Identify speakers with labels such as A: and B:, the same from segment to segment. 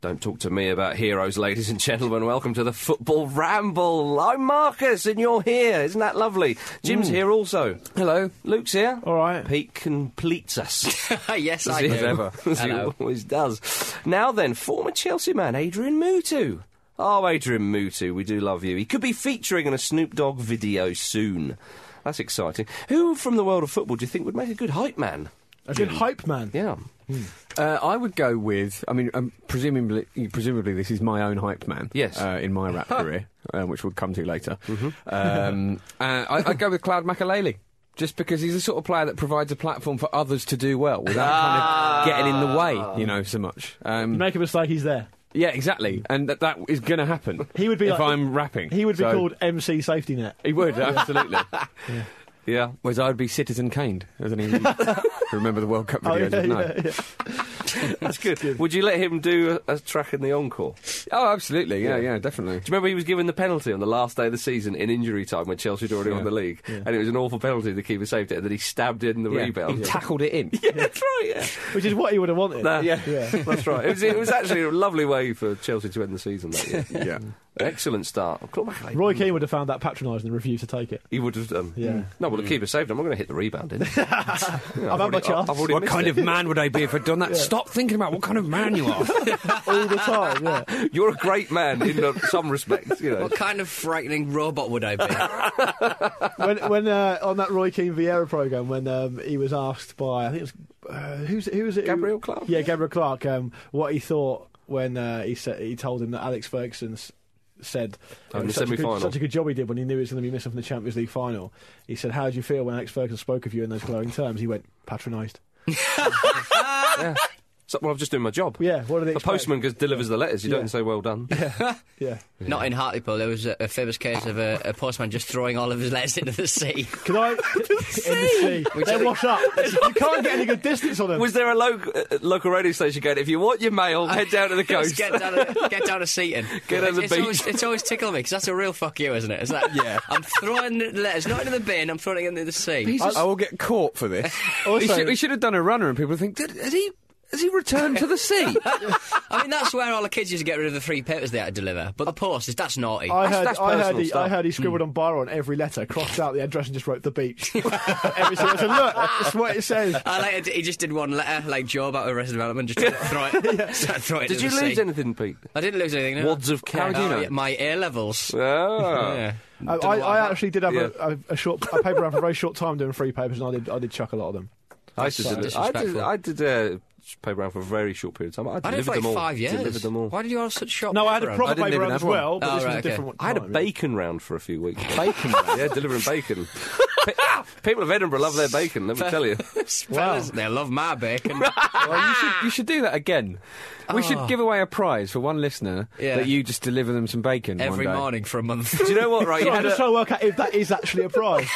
A: Don't talk to me about heroes, ladies and gentlemen. Welcome to the Football Ramble. I'm Marcus, and you're here. Isn't that lovely? Jim's
B: Hmm.
A: here also. Hello. Luke's here.
C: All right.
A: Pete completes us.
B: yes,
A: as
B: I
A: he-
B: do.
A: as ever, as he
B: Hello.
A: always does. Now then, former Chelsea man Adrian Mutu. Oh, Adrian Mutu, we do love you. He could be featuring in a Snoop Dogg video soon. That's exciting. Who from the world of football do you think would make a good hype man?
C: A good hype man.
A: Yeah.
D: Uh, I would go with. I mean, um, presumably, presumably, this is my own hype man.
A: Yes.
D: Uh, in my rap career, um, which we'll come to later. Um, uh, I, I'd go with Cloud Makaleli. Just because he's the sort of player that provides a platform for others to do well without
B: Uh,
A: Ah.
D: kind of getting in the way, you know, so much. Um,
C: Make a mistake, he's there.
D: yeah, exactly. And that, that is going to happen.
C: He would be
D: if
C: like-
D: I'm rapping.
C: He would be
D: So-
C: called MC Safety Net.
D: He would absolutely.
A: Yeah.
D: Whereas I would be Citizen Kane, as an easy. Remember the World Cup videos?
C: Oh, yeah,
D: would know.
C: yeah, yeah.
A: That's good. Would you let him do a, a track in the encore?
D: Oh, absolutely. Yeah, yeah, definitely.
A: Do you remember he was given the penalty on the last day of the season in injury time when Chelsea had already won the league? And it was an awful penalty. The keeper saved it, and then he stabbed in the
D: Yeah.
A: rebound.
D: He tackled it in.
A: yeah, that's right. Yeah,
C: Which is what he would have wanted.
A: Nah,
C: Yeah.
A: that's right. It was, it was actually a lovely way for Chelsea to end the season that year.
D: yeah.
A: Excellent start. Claude Makélélé,
C: Roy Keane would have found that patronising and refused to take it.
A: He would have done.
C: Yeah.
A: No, well, the keeper saved him. I'm going to hit the rebound in. Yeah,
C: I've had my
A: already-
C: chance.
A: I've already
D: What
A: missed
D: kind
A: it.
D: of man would I be if I'd done that? Stop thinking about what kind of man you are.
C: All the time, yeah.
A: You're a great man in uh, some respects. You know.
B: What kind of frightening robot would I be?
C: When, when uh, on that Roy Keane Vieira programme, when um, he was asked by, I think it was, uh, who's, who was it? who-
A: Gabriel Clark?
C: Yeah, Gabriel Clark, um, what he thought when uh, he, said, he told him that Alex Ferguson s- said
A: Oh,
C: it
A: in
C: was
A: the
C: such, a good,
A: semi-final.
C: such a good job he did when he knew he was going to be missing from the Champions League final. He said, How did you feel when Alex Ferguson spoke of you in those glowing terms? He went, Patronised.
A: So, well, I'm just doing my job.
C: Yeah, what do they
A: The
C: expect?
A: postman goes, delivers the letters. You
C: Yeah.
A: don't say well done.
C: Yeah.
B: Not in Hartlepool. There was a, a famous case of a, a postman just throwing all of his letters into the sea.
C: Can I? in the sea. They wash up. You can't get any good distance on them.
A: Was there a lo- uh, local radio station going, if you want your mail, head down to the coast?
B: Just get down, to, get down to Seaton.
A: Get on
B: it's,
A: the
B: it's
A: beach.
B: Always, it's always tickled me because that's a real fuck you, isn't it? It's like, yeah. I'm throwing the letters not into the bin. I'm throwing it into the sea.
D: I will get caught for this.
C: Also-
D: he, should, he should have done a runner, and people think, "Did- has he? Has he returned to the sea?
B: I mean, that's where all the kids used to get rid of the three papers they had to deliver. But the post is that's naughty.
C: I heard,
A: that's
C: I, heard
A: personal
C: he,
A: stuff.
C: I heard he scribbled on Byron every letter, crossed out the address, and just wrote the beach. every single, I said, look, that's what it says.
B: I like it. He just did one letter, like Job out of Arrested Development, just tried to throw it. tried to throw it
A: Did
B: into
A: you
B: the
A: lose
B: sea.
A: anything, Pete?
B: I didn't lose anything. No.
A: Wads of cash.
B: Oh,
A: How do you know?
B: My A levels.
A: Ah.
B: Yeah.
C: I,
B: Don't know
C: I,
B: why.
C: I actually did have
A: Yeah.
C: a, a, a short a paper round for a very short time doing free papers, and I did I did chuck a lot of them.
A: I just
B: so
A: did, I did,
B: disrespectful.
A: I did uh, pay around for a very short period of time. I
B: I did
A: delivered
B: it for like
A: them all.
B: five years.
A: Delivered them all.
B: Why did you have such short?
C: No, I had a
B: paper
C: proper
B: round?
D: didn't
C: paper
D: even
C: round
D: have
C: as
D: one.
C: well, but this
B: Oh,
C: was
B: right,
C: a
B: okay.
C: different one.
A: I had a
C: time,
A: bacon round for a few weeks.
D: Bacon.
A: yeah, delivering bacon. Pe- People of Edinburgh love their bacon, let me tell you.
B: Fellas, They love my bacon.
D: Well, you, should, you should do that again. We should give away a prize for one listener
B: Yeah.
D: that you just deliver them some bacon one
B: every
D: day.
B: morning for a month.
A: Do you know what, right?
C: yeah.
A: You
C: So I'm
A: had
C: just
A: a-
C: trying to work out if that is actually a prize.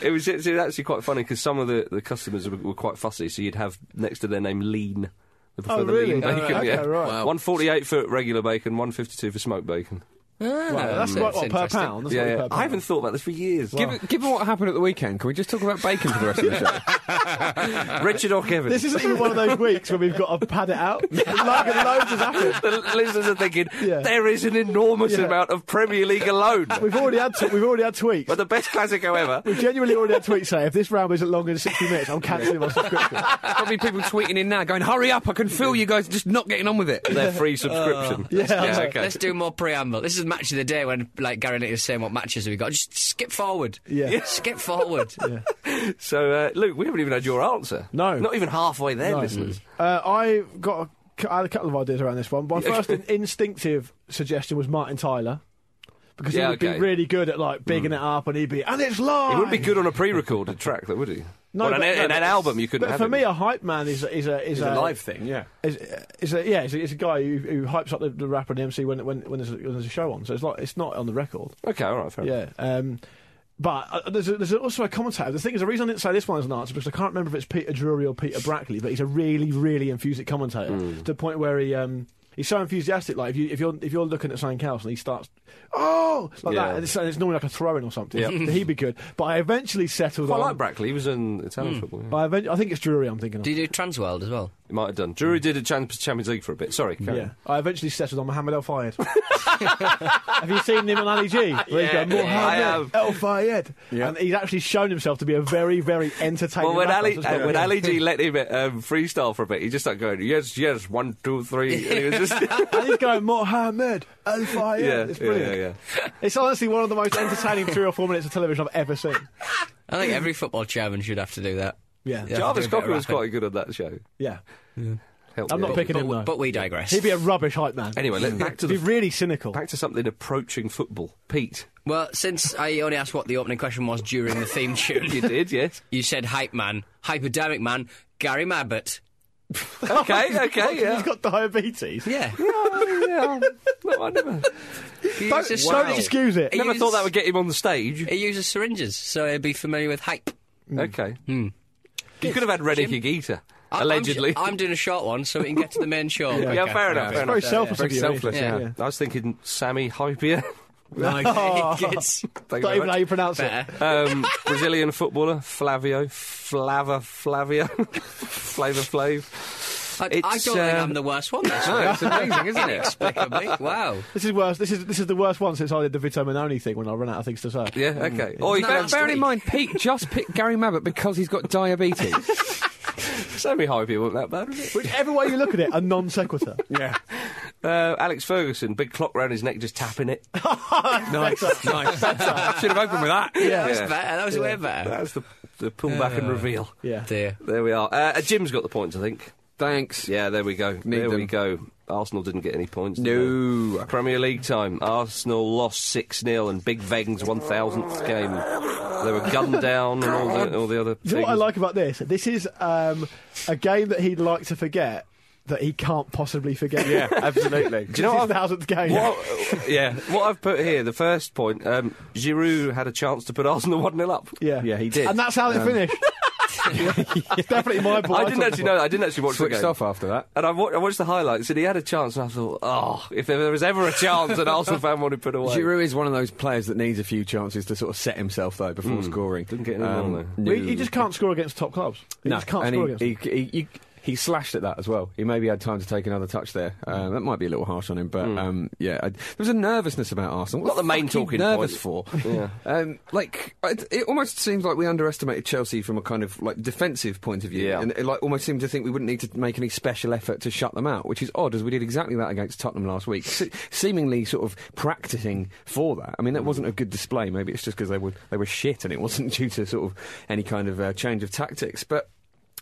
A: it, was, it's actually quite funny because some of the, the customers were, were quite fussy, so you'd have next to their name lean. They prefer
C: Oh,
A: the
C: really?
A: lean
C: Oh,
A: bacon,
C: right.
A: yeah.
C: Okay, right. Wow.
A: 148 for regular bacon, 152 for smoked bacon.
C: Well, that's right, what, per
B: interesting.
C: pound. That's
D: Yeah,
C: not
D: yeah.
C: per pound.
A: I haven't thought about this for years.
D: Given, given what happened at the weekend, can we just talk about bacon for the rest of the show?
A: Richard or Kevin.
C: This isn't even one of those weeks where we've got to pad it out. like, loads has happened.
A: the listeners are thinking
C: Yeah.
A: there is an enormous
C: Yeah.
A: amount of Premier League alone.
C: We've already had t- we've already had tweets.
A: but the best Classico ever.
C: We've genuinely already had tweets saying if this round isn't longer than 60 minutes, I'm cancelling my subscription.
D: Probably people tweeting in now, going, "Hurry up! I can feel you guys just not getting on with it."
A: Their free subscription.
C: Uh, yeah,
A: yeah,
C: I'm
A: okay.
B: Let's do more preamble. This is match of the day when, like Gary Nick was saying, what matches have we got? Just skip forward.
C: Yeah.
B: Skip forward.
A: So, uh, Luke, we haven't even had your answer.
C: No.
A: Not even halfway there,
C: No.
A: listeners.
C: Uh, I've got a, cou- I had a couple of ideas around this one. My first in- instinctive suggestion was Martin Tyler. Because
A: Yeah,
C: he would
A: okay.
C: be really good at like bigging it up and he'd be, and it's live!
A: He wouldn't be good on a pre-recorded track, though, would he?
C: No,
A: Well, an,
C: but- no,
A: in
C: but-
A: an album, you couldn't
C: But
A: have
C: for
A: him.
C: me, a hype man is, is a. Is a,
D: thing, yeah.
C: Is, is a, yeah, is a, is a guy who, who hypes up the, the rapper and the MC when, when, when, there's a, when there's a show on. So it's, like, it's not on the record.
A: Okay, all right, fair enough.
C: Yeah. Um, but uh, there's, a, there's also a commentator. The thing is, the reason I didn't say this one is an answer because I can't remember if it's Peter Drury or Peter Brackley, but he's a really, really enthusiastic commentator
A: Hmm.
C: to the point where he. Um, He's so enthusiastic, like if you if you're if you're looking at something else and he starts, oh, like
A: Yeah.
C: that, and it's, and it's normally like a throw-in or something.
A: Yeah.
C: He'd be good, but I eventually settled
A: Quite
C: on.
A: like Brackley. He was in Italian football. yeah.
C: I, event- I think it's Drury. I'm thinking. Of.
B: Do you do Transworld as well?
A: He might have done. Drury did a Chan- Champions League for a bit. Sorry, carry
C: Hmm. Yeah, I eventually settled on Mohamed El Fayed. have you seen him on Ali G? Where he's
A: Yeah,
C: going,
A: yeah, I
C: Mohamed El Fayed, and he's actually shown himself to be a very, very entertaining.
A: Well, when
C: rapper.
A: Ali,
C: So it's quite
A: uh, when
C: good.
A: Ali G let him um, freestyle for a bit, he just started going, yes, yes, one, two, three. And he was just,
C: and he's going Mohammed Al Fayed.
A: yeah,
C: it's
A: yeah,
C: brilliant.
A: yeah, yeah.
C: It's honestly one of the most entertaining three or four minutes of television I've ever seen.
B: I think every football chairman should have to do that.
C: Yeah,
B: Yeah.
A: Jarvis
B: do a bit of
A: Cocker was
B: rapping.
A: quite good on that show.
C: yeah.
A: Help
C: I'm
A: me
C: not
A: out.
C: picking
B: but,
C: him
B: we-
C: though.
B: but we digress.
C: He'd be a rubbish hype man.
A: Anyway, let- back to
C: He'd be
A: the-
C: really cynical.
A: Back to something approaching football. Pete,
B: Well, since I only asked what the opening question was during the theme tune,
A: you did, yes.
B: you said hype man, hypodermic man, Gary Mabbott.
A: Okay, okay, yeah.
C: He's got diabetes.
B: Yeah.
A: Oh, yeah. No, I never,
B: He
C: Don't,
B: uses
C: don't
B: syringes.
C: excuse it.
B: He
A: never
B: uses-
A: thought that would get him on the stage.
B: He uses syringes, so he'd be familiar with hype.
A: Okay. You could have had Rennie Higuita,
B: I-
A: allegedly.
B: I'm, I'm doing a short one so we can get to the main show.
A: yeah,
B: quicker.
A: fair enough, fair
C: Very
A: enough.
C: selfless
A: Very
C: of you.
A: selfless,
C: isn't
A: yeah.
C: it?
B: Yeah.
A: I was thinking Sammy Hypia.
B: No, it's-
A: Thank you very
C: Don't even know how
A: much.
C: you pronounce it.
B: better.
A: um, Brazilian footballer, Flavio, Flava, Flavio, Flavor Flav.
B: I, I don't
A: It's,
B: think
A: uh,
B: I'm the worst one. This no, it's amazing, isn't it? Inexplicably. Wow.
C: This is worse. This is this is the worst one since I did the Vito Minoni thing when I ran out of things to say.
A: Yeah, okay. Oh, you
B: No,
A: bear,
B: that's
A: bear
D: Bearing in mind, Pete just picked Gary Mabbott because he's got diabetes.
A: Sammy Hypia wasn't that bad, was it?
C: Which, every way you look at it, a non sequitur.
D: yeah.
A: Uh, Alex Ferguson, big clock round his neck, just tapping it.
D: Nice, nice. Should have opened with that.
C: Yeah.
B: That was better. That was way better.
A: That's the, the pull back and reveal.
C: Uh, Yeah.
B: Dear.
A: There we are. Uh, Jim's got the points, I think.
D: Thanks.
A: Yeah, there we go.
D: Need
A: there we
D: them.
A: go. Arsenal didn't get any points. did
D: No.
A: they? Premier League time. Arsenal lost 6 0 and Big Veg's 1000th game. They were gunned down and all the, all the other
C: Do you
A: things.
C: know what I like about this? This is um, a game that he'd like to forget that he can't possibly forget. Yeah,
D: absolutely.
C: Do you know thousandth game?
A: What, yeah, what I've put here, the first point, um, Giroud had a chance to put Arsenal 1 0 up.
C: Yeah,
D: Yeah, he did.
C: and that's how it finished. It's definitely my ball.
A: I didn't actually know that. I didn't actually watch the
D: Switched
A: game.
D: off after that.
A: And I, wa- I watched the highlights, and he had a chance, and I thought, oh, if there was ever a chance an Arsenal fan wanted put away.
D: Giroud is one of those players that needs a few chances to sort of set himself though before scoring. Um,
A: Didn't get any wrong, though.
D: no.
C: He, he just can't score against top clubs. He
D: No,
C: just can't
D: and
C: score
D: he,
C: against. them.
D: he, he, he, he slashed at that as well. He maybe had time to take another touch there. Um, that might be a little harsh on him, but um, yeah, I, there was a nervousness about Arsenal. What
A: Not the main
D: fuck are you
A: talking
D: nervous
A: point.
D: for.
A: Yeah.
D: um, like it, it almost seems like we underestimated Chelsea from a kind of like defensive point of view,
A: Yeah.
D: and it, like almost seemed to think we wouldn't need to make any special effort to shut them out, which is odd as we did exactly that against Tottenham last week, se- seemingly sort of practicing for that. I mean, that wasn't a good display. Maybe it's just because they were they were shit, and it wasn't due to sort of any kind of uh, change of tactics, but.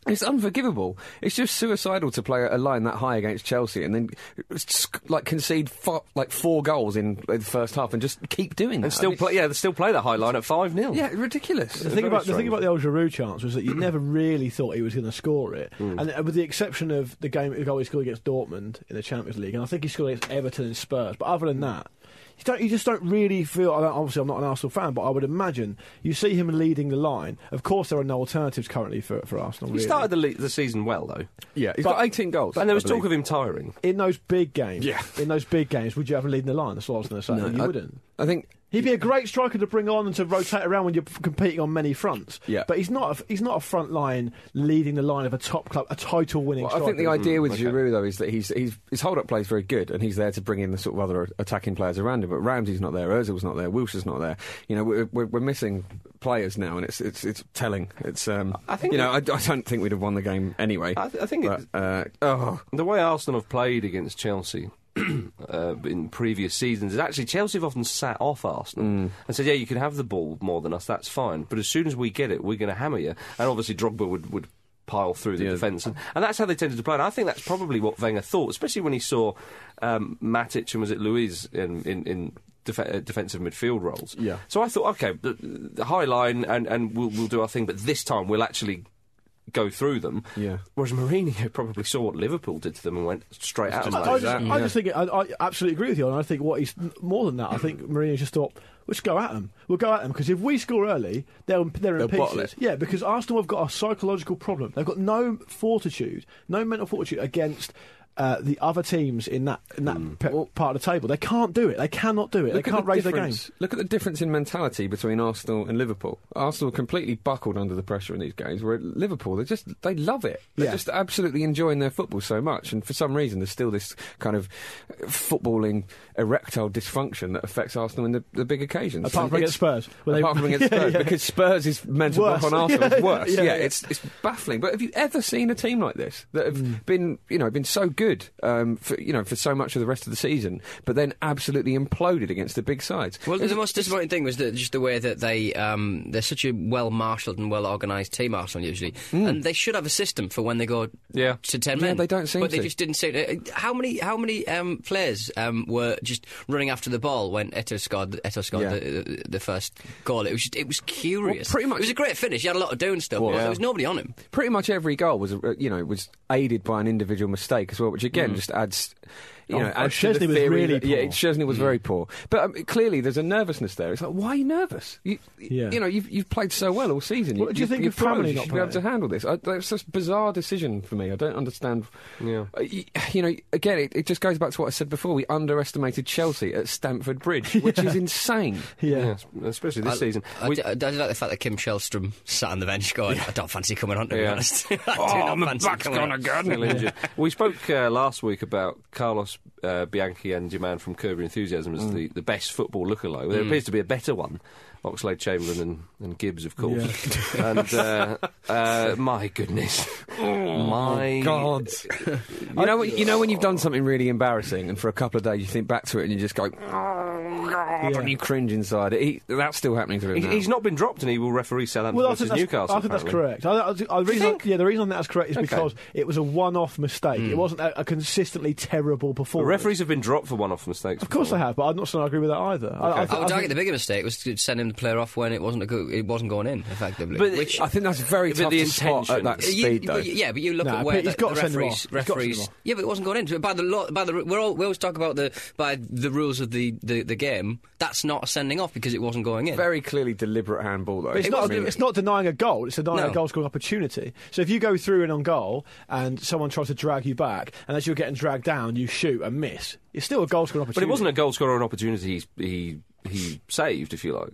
D: It's unforgivable. It's just suicidal to play a line that high against Chelsea and then uh, sc- like concede fo- like four goals in uh, the first half and just keep doing that.
A: and still
D: I mean,
A: play, yeah, they still play the high line at 5 0.
D: yeah, ridiculous.
C: The thing,
A: very
C: about, the
A: strange.
C: thing about the old Giroud chance was that you never really thought he was going to score it.
A: Mm.
C: And uh, with the exception
A: Mm.
C: of the game, the goal he scored against Dortmund in the Champions League, and I think he scored against Everton and Spurs, but other than that, you don't you just don't really feel. I don't- Obviously, I'm not an Arsenal fan, but I would imagine you see him leading the line. Of course, there are no alternatives currently for, for Arsenal.
A: He
C: really.
A: started the, le- the season well, though.
D: Yeah, he's got 18 goals.
A: And there was
D: I
A: talk
D: believe.
A: of him tiring.
C: in those big games.
D: Yeah.
C: in those big games, would you have him leading the line? That's what I was going to say. you
D: I-
C: wouldn't.
D: I think
C: He'd be a great striker to bring on and to rotate around when you're p- competing on many fronts.
D: Yeah.
C: but he's not. A, he's not a front line leading the line of a top club, a title winning.
D: Well, I think the
C: striker.
D: idea
A: Mm,
D: with Giroud though is that he's, he's his hold up play is very good, and he's there to bring in the sort of other attacking players around him. But Ramsey's not there, Ozil's not there, Wilshere's not there. You know, we're, we're, we're missing players now, and it's it's it's telling. It's um,
A: I think
D: you know, I, I don't think we'd have won the game anyway.
A: I, th- I think
D: but,
A: it's,
D: uh, oh,
A: the way Arsenal have played against Chelsea uh, in previous seasons is actually Chelsea have often sat off Arsenal
D: Mm.
A: and said, "Yeah, you can have the ball more than us. That's fine. But as soon as we get it, we're going to hammer you." And obviously, Drogba would. would Pile through the
D: Yeah.
A: defence, and, and that's how they tended to play. And I think that's probably what Wenger thought, especially when he saw um, Matic and was it Luiz in in, in def- uh, defensive midfield roles.
C: Yeah.
A: So I thought, okay, the, the high line, and, and we'll we'll do our thing, but this time we'll actually go through them.
D: Yeah.
A: Whereas Mourinho probably saw what Liverpool did to them and went straight out.
C: I, I just,
D: like that,
C: I
D: yeah.
C: just think I, I absolutely agree with you, and I think what he's more than that. I think Mourinho just thought, let's go at them. We'll go at them because if we score early, they're they're in
D: They'll bottle
C: pieces.
D: it.
C: Yeah, because Arsenal have got a psychological problem. They've got no fortitude, no mental fortitude against. Uh, the other teams in that in that pe- part of the table, they can't do it. They cannot do it. They
D: Hmm. look at
C: can't
D: the
C: raise their game.
D: difference- Look at the difference in mentality between Arsenal and Liverpool. Arsenal completely buckled under the pressure in these games, where Liverpool they just they love it. They're
C: Yeah.
D: just absolutely enjoying their football so much, and for some reason there's still this kind of footballing erectile dysfunction that affects Arsenal in the, the big occasions.
C: Apart from
D: It's-
C: against Spurs, where they-
D: apart from against Spurs, because Spurs is mental
C: Worse.
D: block on Arsenal. It's
C: Yeah,
D: worse.
C: yeah,
D: Yeah,
C: yeah.
D: it's it's baffling. But have you ever seen a team like this that have been you know been so good um, for you know for so much of the rest of the season, but then absolutely imploded against the big sides?
B: Well, the most disappointing thing was that just the way that they um, they're such a well marshalled and well organised team. Arsenal usually, and they should have a system for when they go
A: Yeah.
B: to ten
D: Hmm. Yeah,
B: men.
D: they don't seem
B: but they
D: to.
B: just didn't seem. To. Uh, How many how many um, players um, were just running after the ball when Eto scored Eto scored
D: Yeah.
B: the, the, the first goal? It was just, it was curious.
D: Well, pretty much-
B: it was a great finish. He had a lot of doing stuff. but
D: Well,
B: There was nobody on him.
D: pretty much every goal was uh, you know was aided by an individual mistake as well, which again just adds. You
C: Mm. Oh,
D: know,
C: oh,
D: adds to the
C: Szczesny was
D: theory
C: really
D: that- Yeah,
C: poor. Mm.
D: Chesney was very poor, but um, clearly there's a nervousness there. It's like, why are you nervous? You,
C: Yeah.
D: you know, you've, you've played so well all season.
C: What do you think
D: you're
C: of Family
D: pros, you
C: not
D: should be able to
C: playing?
D: handle this. I, that's just a bizarre decision for me. I don't understand.
A: Yeah.
D: Uh, you, you know, again, it, it just goes back to what I said before. We underestimated Chelsea at Stamford Bridge, which is insane.
C: Yeah.
A: Yeah, especially this
B: I-
A: season.
B: I,
A: We-
B: d- I d- I did like the fact that Kim Shellstrom sat on the bench going, I don't fancy coming on, to be
A: Yeah.
B: honest. I do
D: oh,
B: not
D: my
B: fancy
D: back's
B: coming
D: gone
B: on.
D: again.
A: Still injured. We spoke uh, last week about Carlos uh, Bianchi and your man from Curb Your Enthusiasm
C: Mm.
A: as the, the best football lookalike. There appears to be a better one. Oxlade Chamberlain and, and Gibbs, of course. and uh, uh, my goodness. my
D: Oh, God. you know, when- you know when you've done something really embarrassing, and for a couple of days you think back to it, and you just go, "Oh God," and you cringe inside. He, that's still happening to him.
A: He's,
D: now.
A: he's not been dropped and he will referee Southampton
C: Well, I
A: versus
C: think, that's,
A: Newcastle.
C: I think that's
A: apparently.
C: correct. I, I, I, the reason, yeah, the reason that's correct is because it was a one-off mistake. It wasn't a, a consistently terrible
A: But
C: performance.
A: Hmm. referees have been dropped for one off mistakes.
C: Of course
A: before.
C: they have, but I'm not saying I agree with that either. I- I,
B: I
C: think-
B: would
C: I
B: argue
C: think-
B: the bigger mistake was to send him the player off when it wasn't a go- it wasn't going in effectively.
A: But-
B: which
D: I think that's very
A: But
D: tough
A: the
D: to spot at
A: intention-
D: that
B: You-
D: speed,
B: but
D: though.
B: you- yeah, but you look
C: Nah,
B: at where
C: Pete,
B: the,
C: he's got
B: the
C: to send him
B: referees,
C: off. He's got to
B: referees.
C: send him off.
B: Yeah, but it wasn't going into it by the law. By the we're all, we always talk about the by the rules of the, the, the game. That's not a sending off because it wasn't going in.
D: Very clearly deliberate handball, though.
C: But it's,
D: I
C: not,
D: mean,
C: it's not denying a goal, it's denying
B: No.
C: a goal scoring opportunity. So if you go through and on goal and someone tries to drag you back, and as you're getting dragged down, you shoot and miss, it's still a goal scoring
A: But
C: opportunity.
A: it wasn't a goal scorer an opportunity he, he, he saved, if you like.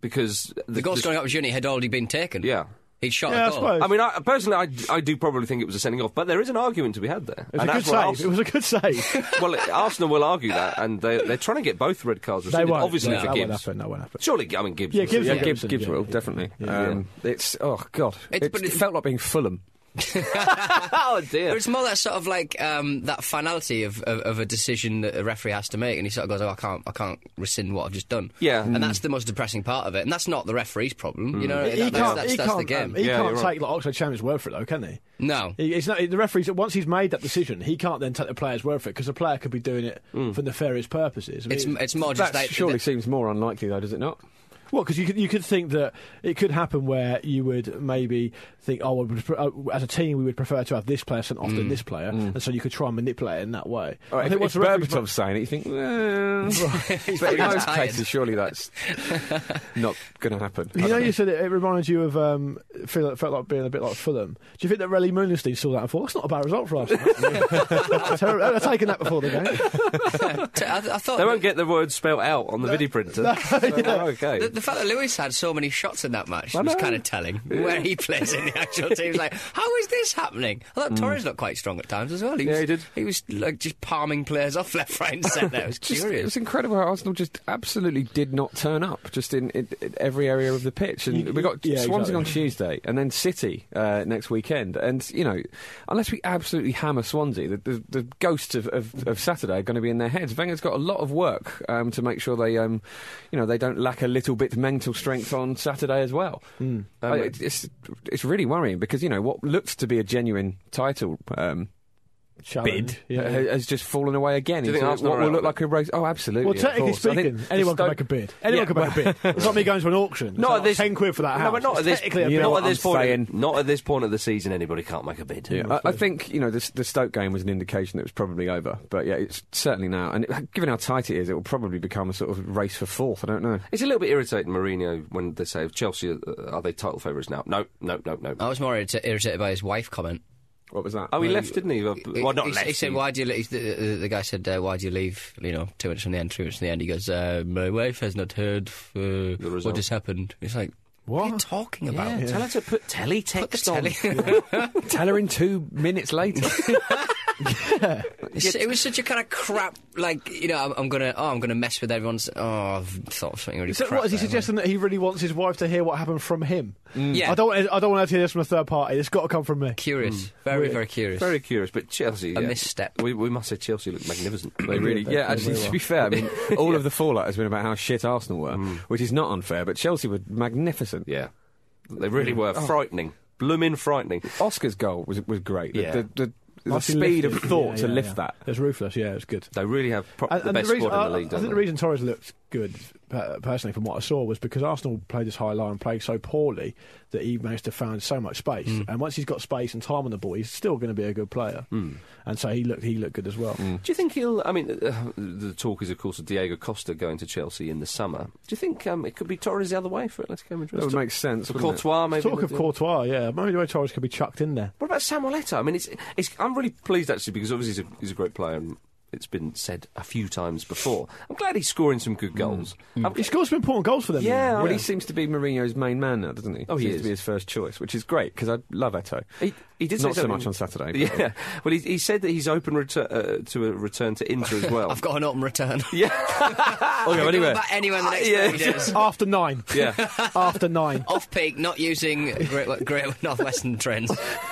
A: Because
B: the goal scoring opportunity had already been taken.
A: Yeah.
B: he shot
C: Yeah, I
B: a goal.
C: suppose.
A: I mean, I, personally, I, I do probably think it was a sending off, but there is an argument to be had there.
C: It was a good save. It was a good save.
A: well, it- Arsenal will argue that, and they, they're trying to get both red cards.
C: they
A: rescinded,
C: won't.
A: Obviously,
C: yeah,
A: for
C: that won't
A: Gibbs.
C: happen. That won't happen.
A: Surely, I mean, Gibbs.
C: Yeah,
A: will-
C: Gibbs
D: yeah,
C: will-
D: Gibbs,
C: Gibson,
D: Gibbs
C: yeah,
D: will
C: yeah.
D: definitely.
C: Yeah.
D: Um, It's oh god,
B: It's-
D: It's-
B: but
D: it
B: it-
D: felt like being Fulham.
A: oh, dear.
B: It's more that sort of like um, that finality of, of, of a decision that a referee has to make, and he sort of goes, "Oh, I can't, I can't rescind what I've just done."
A: Yeah.
B: and that's the most depressing part of it, and that's not the referee's problem. You know,
C: Mm. He
B: that- that's,
C: can't,
B: that's,
C: he
B: that's the
C: can't,
B: game.
C: um, he
A: Yeah,
C: can't
A: you're
C: take
A: right.
C: like Oxlade Chamberlain's word for it, though, can he?
B: no,
C: He- It's not, the referees, once he's made that decision, he can't then take the player's word for it because the player
D: Mm.
C: could be doing it for nefarious purposes. I mean,
B: it's it's more just
D: That
B: like
D: surely seems more unlikely, though, does it not?
C: Well, because you could, you could think that it could happen where you would maybe think, oh, well, we prefer- uh, as a team, we would prefer to have this player sent off than this player, and so you could try and manipulate it in that way.
D: Mm. All right,
C: I
D: if,
C: think
D: if
C: what's referenced-
D: Berbatov's saying it, you think, well,
B: He's
D: but in
B: probably
D: most
B: tired.
D: cases, surely that's not going to happen. I
C: You know,
D: don't
C: you said it, it reminds you of um, feel, felt like being a bit like Fulham. Do you think that Relly Moonenstein saw that and thought that's not a bad result for us? That's terrible. I've taken that before the game.
B: T- I, th- I thought
A: They won't get the words spelled out on the video printer. So, Okay.
B: The, the fact that Lewis had so many shots in that match was kind of telling where he plays in the actual team. It's like, how is this happening? I thought Torres looked quite strong at times as well. He
A: Mm. Yeah,
B: was,
A: he did.
B: He was like just palming players off left, right, and centre. It was
D: Just- it was
B: curious.
D: incredible how Arsenal just absolutely did not turn up, just in, in, in every area of the pitch. And
C: You-
D: we got
C: yeah, exactly.
D: Swansea on Tuesday, and then City uh, next weekend. And you know, unless we absolutely hammer Swansea, the, the, the ghosts of, of, of Saturday are going to be in their heads. Wenger's got a lot of work um, to make sure they, um, you know, they don't lack a little bit mental strength on Saturday as well. Uh, it- it's it's really worrying because you know what looked to be a genuine title. Um,
C: Challenge,
D: bid
C: yeah.
D: Uh, ha- has just fallen away again.
A: Do you think
D: into
A: Arsenal
D: what
A: are
D: will
A: out
D: look
A: of it?
D: like a race? Oh, absolutely.
C: Well,
D: of
C: technically
D: course. I think
C: speaking,
D: the
C: anyone can
D: Stoke-
C: make a bid. Anyone
D: Yeah,
C: can make a bid. It's not me going to an auction. It's
A: at
C: like ten quid for that house.
A: No, but not at
C: It's
A: this.
C: technically a
D: You
C: bid.
D: know
A: Not
D: what
A: at this
D: I'm
A: point.
D: saying?
A: Not at this point of the season. Anybody can't make a bid.
D: Yeah, I, I think you know the, the Stoke game was an indication that it was probably over, but yeah, it's certainly now. And it, given how tight it is, it will probably become a sort of race for fourth. I don't know.
A: It's a little bit irritating, Mourinho, when they say Chelsea uh, are they title favourites now? No, no, no, no.
B: I was more irrit- irritated by his wife comment.
D: What was that?
A: Oh, he left, didn't he? Well,
B: He-
A: well, not
B: he,
A: left.
B: He said,
A: he-
B: "Why do you?" leave? The, the, the guy said, uh, "Why do you leave?" You know, two minutes from the end, three minutes from the end. He goes, uh, "My wife has not heard uh, what
A: result.
B: just happened." It's like, what, are you talking about?
A: Tell her to put teletext
B: Put the
A: on.
B: telly-
D: Tell her in two minutes later.
B: It's- it was such a kind of crap, like you know, I'm, I'm gonna, oh, I'm gonna mess with everyone's. Oh, I've thought of something really.
C: So
B: crap
C: what is he
B: there,
C: suggesting that he really wants his wife to hear what happened from him?
D: Mm.
B: Yeah.
C: I don't. want- I don't want to hear this from a third party. It's got to come from me.
B: like, Curious, very,
C: Weird.
B: very curious.
A: Very curious, but Chelsea.
B: A
A: yeah.
B: misstep.
A: We, we must say Chelsea look magnificent.
D: They really,
C: did, they
D: yeah.
C: played
D: Actually,
C: really
D: to
C: well.
D: be fair, I mean, all of the fallout has been about how shit Arsenal were, which is not unfair. But Chelsea were magnificent.
A: Hmm. Yeah, they really were frightening, blooming frightening.
D: Oscar's goal was was great. The,
A: Yeah.
D: the, the, the
C: Martin
D: speed of
C: lifted.
D: thought
C: Yeah,
D: to
C: yeah,
D: lift
C: yeah.
D: that.
C: It's ruthless. Yeah, it's good.
A: They really have pro-
C: And-
A: the
C: and
A: best
C: reason- uh,
A: squad in
C: I-
A: the league.
C: I,
A: don't
C: think the
A: they?
C: reason Torres looked good, per- personally, from what I saw, was because Arsenal played this high line, played so poorly that he managed to find so much space.
D: Mm.
C: And once he's got space and time on the ball, he's still going to be a good player.
D: Mm.
C: And so he looked, he looked good as well.
A: Do you think he'll? I mean, uh, the talk is, of course, of Diego Costa going to Chelsea in the summer. Do you think um, it could be Torres the other way for Atletico Madrid?
D: That would make sense.
A: So
D: wouldn't it?
A: Courtois, maybe.
C: Talk of Courtois, yeah, maybe the way Torres could be chucked in there.
A: What about Samuel Eto'o? I mean, it's, it's, I'm really pleased actually because obviously he's a, he's a great player. and It's been said a few times before. I'm glad he's scoring some good goals. I'm-
C: He scored some important goals for them.
A: Yeah,
C: didn't
D: Well, he seems to be Mourinho's main man now, doesn't he?
A: Oh, he
D: seems
A: is.
D: to be his first choice, which is great because I love Eto.
A: he, he did say
D: Not so
A: something-
D: much on Saturday. but-
A: Yeah, well, he, he said that he's open retu- uh, to a return to Inter as well.
B: I've got an open return.
D: Oh,
B: I'll
D: yeah,
B: go
D: anyway.
B: back anywhere in the next
A: Yeah.
B: 30 days.
C: he? After nine.
A: Yeah.
C: After nine.
B: Off peak, not using Great, great Northwestern trains.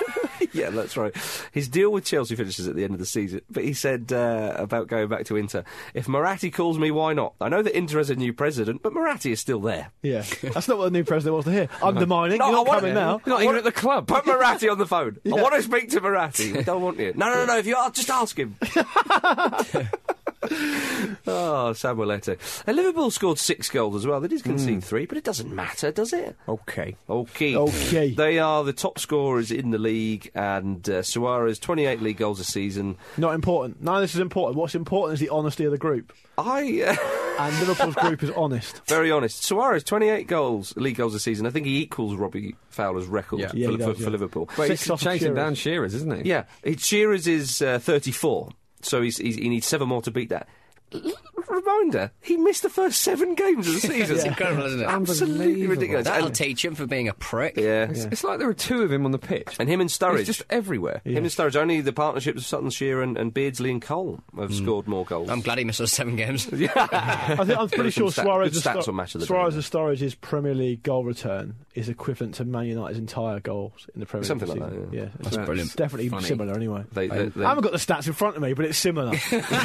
A: yeah, that's right. His deal with Chelsea finishes at the end of the season, but he said uh, about going back to Inter. If Moratti calls me, why not? I know that Inter has a new president, but Moratti is still there.
C: Yeah. That's not what the new president wants to hear. Undermining.
A: No,
C: You're
A: I
C: not
A: want it.
C: coming now.
D: Not even at the club.
A: Put Moratti on the phone. I want to speak to Moratti. We don't want you. No, no, no, no. If you are, just ask him. oh, Samuel Eto'o. And Liverpool scored six goals as well. They did concede three, but it doesn't matter, does it?
D: Okay.
A: Okay.
C: Okay.
A: They are the top scorers in the league, and uh, Suarez, 28 league goals a season.
C: Not important. None of this is important. What's important is the honesty of the group.
A: I. Uh,
C: And Liverpool's group is honest.
A: Very honest. Suarez, 28 goals, league goals a season. I think he equals Robbie Fowler's record
D: Yeah.
A: for,
C: Yeah, he
A: for-
C: does,
A: for
C: yeah.
A: Liverpool.
D: But
C: Six
D: he's
C: off of
D: chasing
C: Shearer's.
D: down Shearer's, isn't he?
A: Yeah, it, Shearer's is uh, 34, so he's, he's, he needs seven more to beat that. L- Reminder, he missed the first seven games of the season.
B: It's incredible, isn't it?
A: Absolutely
D: Unbelievable.
A: ridiculous.
B: That'll
A: And-
B: teach him for being a prick.
A: yeah.
D: It's, it's like there are two of him on the pitch.
A: And him and Sturridge.
D: He's just everywhere.
A: Him and Sturridge, only the partnerships of Sutton Shearer and, and Beardsley and Cole have scored more goals.
B: I'm glad he missed those seven games.
C: I think, I'm pretty
A: There's some
C: sure
A: stat-
C: Suarez,
A: good stats on Match of the Day,
C: Suarez's Suarez's Premier League goal return is equivalent to Man United's entire goals in the Premier League.
A: Something like
C: season.
A: that, yeah.
C: it's
B: That's brilliant.
C: Definitely
D: Funny.
C: similar, anyway.
A: They- they- they-
C: I haven't got the stats in front of me, but it's similar.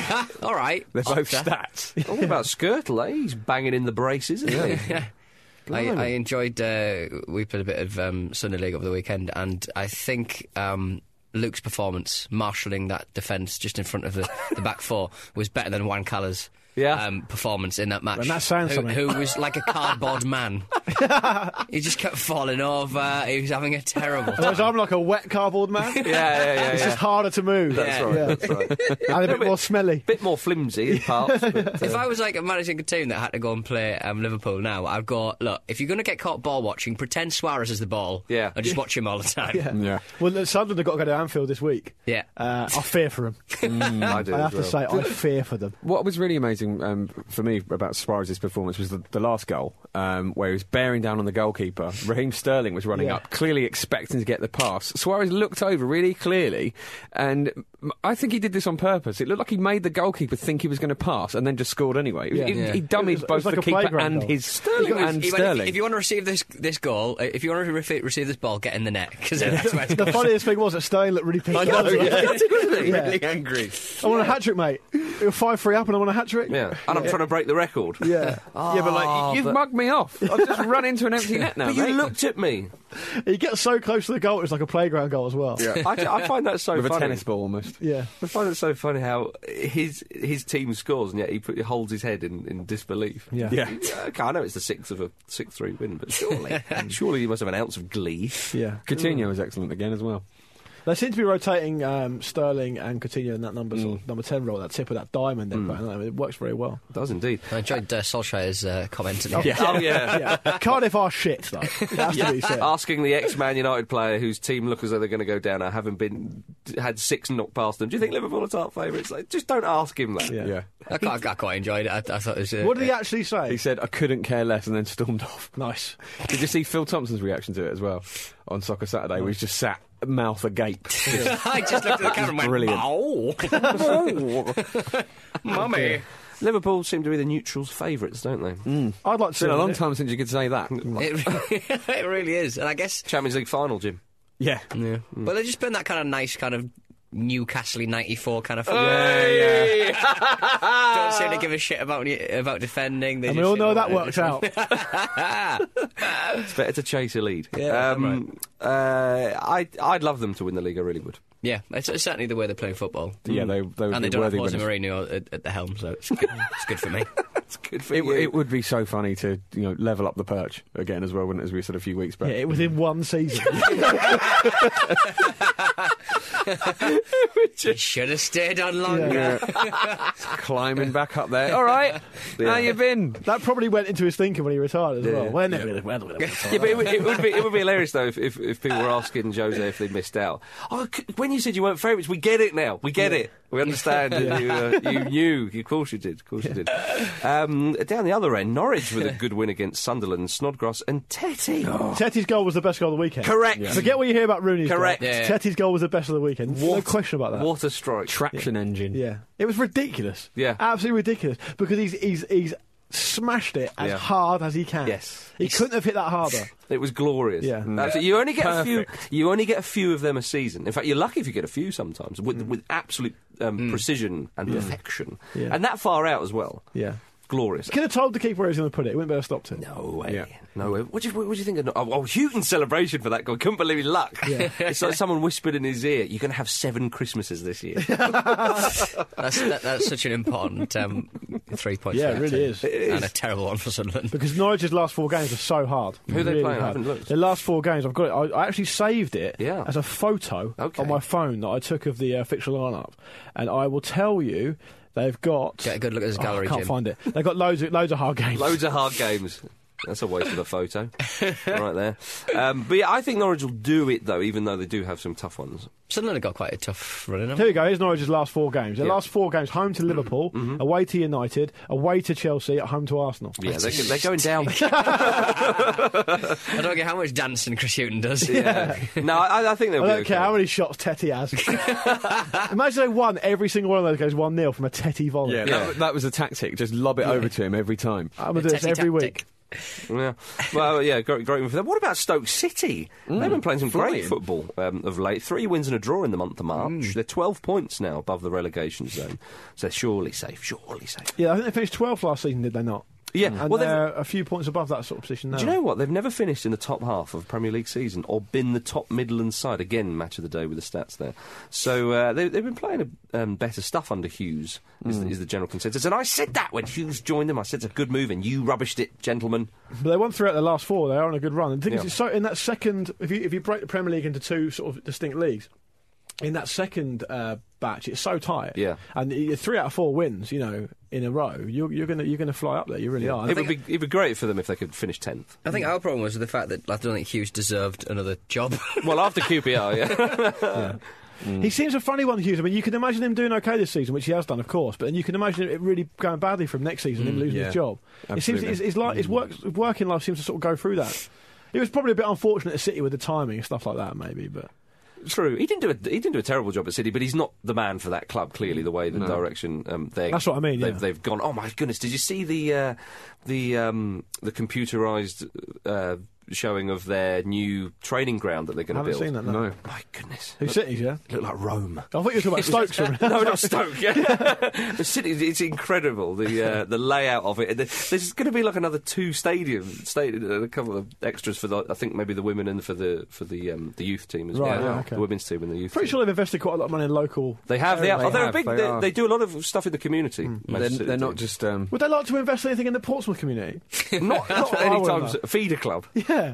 B: All right.
D: They're both
B: Oscar.
D: stats.
A: All about Skirtle, eh? He's banging in the braces, isn't he?
B: I, I enjoyed. Uh, we played a bit of um, Sunday League over the weekend, and I think um, Luke's performance, marshalling that defence just in front of the, the back four, was better than Juan Callas.
A: Yeah.
B: um, performance in that match.
C: And that sounds
B: who,
C: something.
B: who was like a cardboard man. he just kept falling over. He was having a terrible time.
C: Whereas I'm like a wet cardboard man.
A: Yeah, yeah, yeah.
C: It's
A: yeah.
C: just harder to move.
A: That's right. That's right.
C: And a bit
A: but-
C: more smelly.
A: Bit more flimsy in parts. But, uh,
B: If I was like managing a team that had to go and play um, Liverpool now, I'd go, look, if you're going to get caught ball watching, pretend Suarez is the ball
A: Yeah.
B: and just watch him all the time.
C: Yeah.
D: Yeah.
C: Well, look, Sunderland have got to go to Anfield this week.
B: Yeah.
C: Uh, I fear for them.
A: I do.
C: I
A: as
C: have to
A: well.
C: say, I fear for them.
D: What was really amazing um, for me about Suarez's performance was the, the last goal, um, where he was bearing down on the goalkeeper. Raheem Sterling was running
C: Yeah.
D: up, clearly expecting to get the pass. Suarez looked over really clearly, and m- I think he did this on purpose. It looked like he made the goalkeeper think he was going to pass and then just scored anyway. He-
C: Yeah.
D: He,
B: Yeah.
D: he dummied
C: It was- it
D: both
C: was like
D: the
C: a
D: keeper
C: playground
D: and
C: goal.
D: his
B: He
D: Sterling
B: went-
D: and
B: he went,
D: Sterling.
B: if, if you want to receive this this goal, uh, if you want to re- receive this ball, get in the net because that's where it's
C: The
B: going.
C: funniest thing was that Sterling looked really pissed. I,
A: Oh,
D: really angry.
C: want a hat trick, mate. You're five three up, and I want a hat trick.
A: Yeah. Ah. And I'm trying to break the record.
C: Yeah.
D: yeah, but like you've
A: but-
D: mugged me off. I've just run into an empty net now.
A: But you
D: mate.
A: looked at me.
C: He gets so close to the goal, it's like a playground goal as well.
A: I, I find that so
D: with a
A: funny.
D: tennis ball almost.
C: Yeah.
A: I find it so funny how his his team scores and yet he put, holds his head in, in disbelief.
C: Yeah.
D: Yeah.
A: Okay, I know it's the sixth of a six three win, but surely, surely you must have an ounce of glee.
C: Yeah.
D: Coutinho was excellent again as well.
C: They seem to be rotating um, Sterling and Coutinho in that number
A: Mm.
C: sort of number ten role, that tip of that diamond. Then, but it works very well.
A: It does indeed.
B: I enjoyed uh, Solskjaer's uh, comment. in the-
A: Oh yeah.
C: Yeah. Cardiff are shit, though. It has to be said.
A: Asking the ex-Man United player whose team look as though they're going to go down, now, having been had six knocked past them. Do you think Liverpool are top favourites? Like, just don't ask him that.
C: Yeah.
D: Yeah.
B: I, quite, I quite enjoyed it. I, I thought it was. Uh,
C: What did he actually say?
D: He said, I couldn't care less, and then stormed off.
C: nice.
D: Did you see Phil Thompson's reaction to it as well on Soccer Saturday? Where he's just sat, mouth agape.
B: I just looked at the camera and went,
D: Brilliant. Oh,
B: "Bow." Mummy.
A: Liverpool seem to be the neutrals' favourites, don't they?
C: I'd like to
D: It's
C: see
D: been a
C: him
D: long
C: in it.
D: time since you could say that.
B: It, it really is. And I guess
A: Champions League final, Jim.
D: Yeah.
B: Yeah.
C: hmm.
B: But they've just been that kind of nice, kind of Newcastle 94 kind of thing. Don't seem to give a shit about ni- about defending. They
C: And we
B: just
C: all
B: sit
C: know
B: over
C: that
B: there.
C: worked out.
A: It's better to chase a lead.
B: Yeah,
A: um, uh, I I'd love them to win the league. I really would.
B: Yeah, it's, it's certainly the way they play football.
D: Yeah, they, they would
B: And
D: be
B: they don't have
D: worthy
B: Jose
D: winners.
B: Mourinho at, at the helm, so it's good, it's good for me.
A: It's good for
D: It,
A: you.
D: it would be so funny to you know level up the perch again as well, wouldn't it? As we said a few weeks back.
C: Yeah, within one season.
B: Should have stayed on longer.
C: Yeah.
D: Uh, Climbing back up there. All right, how you been?
C: that probably went into his thinking when he retired as well.
A: Yeah.
C: We're never gonna- we're never gonna
A: Yeah, but it would, it would be it would be hilarious though if, if, if people were asking Jose if they missed out. Oh, c- when you said you weren't favourites, we get it now. We get it. We understand. that you, uh, you knew. Of course you did. Of course you did. Um, down the other end, Norwich with a good win against Sunderland, Snodgrass and Tetty.
C: Tetty's goal was the best goal of the weekend.
A: Correct.
C: Forget what you hear about Rooney's
A: Correct.
C: goal.
B: Yeah, yeah.
C: Tetty's goal was the best of the weekend. no
A: What-
C: question about that.
A: What a strike!
D: Traction engine.
C: Yeah, it was ridiculous.
A: Yeah.
C: absolutely ridiculous because he's he's he's smashed it as
A: Yeah.
C: hard as he can.
A: Yes.
C: he couldn't have hit that harder.
A: It was glorious.
C: Yeah. Mm.
A: Absolutely. You only get a few. You only get a few of them a season. In fact, you're lucky if you get a few sometimes
C: Mm.
A: with with absolute um, precision and perfection,
C: Yeah.
A: and that far out as well.
C: Yeah,
A: Glorious.
C: could have told the keeper where he was going to put it. He wouldn't better stopped it.
A: No way.
D: Yeah.
A: No way. What do you, what do you think? Of, oh, oh, Houghton's celebration for that goal. Couldn't believe his luck. it's like someone whispered in his ear, you're going to have seven Christmases this year. it
B: That's, that, that's such an important um, three points.
C: Yeah,
B: for
C: it
B: that
C: really
B: team.
C: is.
B: And a terrible one for Sunderland.
C: Because Norwich's last four games are so hard.
A: Who are they
C: Really
A: playing? I
C: hard.
A: haven't looked.
C: Their last four games, I've got it. I, I actually saved it
A: Yeah.
C: as a photo
A: Okay.
C: on my phone that I took of the uh, fixture lineup, and I will tell you they've got.
B: Get a good look at his
C: Oh,
B: gallery,
C: I can't
B: Jim.
C: find it. They've got loads of loads of hard games.
A: Loads of hard games. That's a waste of a photo. right there. Um, but yeah, I think Norwich will do it, though, even though they do have some tough ones.
B: Sunderland have got quite a tough run in them.
C: Here we go. Here's Norwich's last four games. Their
A: Yeah. Mm-hmm.
C: last four games: home to Liverpool, away to United, away to Chelsea, at home to Arsenal.
A: Yeah, they're, they're going down.
B: I don't get how much dancing Chris Houghton does.
A: Yeah. No, I, I think they'll
C: I
A: be
C: don't
A: okay.
C: care how many shots Tetty has. Imagine they won every single one of those goes one 0 from a Tetty volley.
D: Yeah, That, that was a tactic. Just lob it over to him every time.
C: I'm gonna do this
B: Tetty
C: every
B: tactic.
C: week.
A: Yeah. Well, yeah, great, great win for them. What about Stoke City?
C: Mm.
A: They've been playing some great
D: Flying.
A: football um, of late. Three wins and a draw in the month of March.
C: Mm.
A: They're 12 points now above the relegation zone. So they're surely safe, surely safe.
C: Yeah, I think they finished 12th last season, did they not?
A: Yeah,
C: Mm. And uh,
A: well, they've,
C: they're a few points above that sort of position now.
A: do you know what? They've never finished in the top half of Premier League season or been the top Midland side. Again, match of the day with the stats there. So uh, they, they've been playing um, better stuff under Hughes, is,
C: Mm.
A: the, is the general consensus. And I said that when Hughes joined them. I said it's a good move, and you rubbished it, gentlemen.
C: But they won throughout the last four. They are on a good run. And the thing
A: Yeah.
C: is, it's so in that second, if you if you break the Premier League into two sort of distinct leagues, in that second uh, batch, it's so tight.
A: Yeah.
C: and y- three out of four wins, you know, in a row, you're, you're gonna you're gonna fly up there. You really are.
A: It would, be, it would be great for them if they could finish 10th.
B: I think our problem was the fact that I don't think Hughes deserved another job.
A: Well, after QPR, yeah. Mm.
C: He seems a funny one, Hughes. I mean, you can imagine him doing okay this season, which he has done, of course. But then you can imagine it really going badly from next season,
A: Mm,
C: him losing
D: yeah.
C: his job. It seems
D: Absolutely.
C: his, his, li- his work his working life seems to sort of go through that. It was probably a bit unfortunate at City with the timing and stuff like that, maybe. But
A: True. He didn't do a he didn't do a terrible job at City, but he's not the man for that club. Clearly, the way the direction um, they
C: That's what I mean,
A: They've,
C: yeah.
A: they've gone. Oh my goodness! Did you see the uh, the um, the computerized uh, showing of their new training ground that they're
C: I
A: going to
C: haven't
A: build?
C: seen that. No.
D: No.
A: My goodness!
C: Who's City's? Yeah,
A: Look like Rome.
C: I thought you were talking about Stoke's. for a minute.
A: no, not Stoke. Yeah, the city. It's incredible the uh, the layout of it. And the- There's going to be like another two stadiums, stadium, uh, a couple of extras for the. I think maybe the women and for the for the um, the youth team as
C: Right,
A: well.
C: yeah, okay.
A: The women's team and the youth.
C: Pretty
A: team.
C: sure they've invested quite a lot of money in local.
A: They have. They
C: area.
A: are. They're a
D: have,
A: big.
D: they
A: They,
D: are.
A: they do a lot of stuff in the community.
D: They're,
A: Manchester
D: they're
A: City
D: not
A: do.
D: just. Um,
C: Would they like to invest anything in the Portsmouth community?
A: not, not
C: what I
A: any
C: would
A: times
C: like.
A: feeder club.
C: Yeah,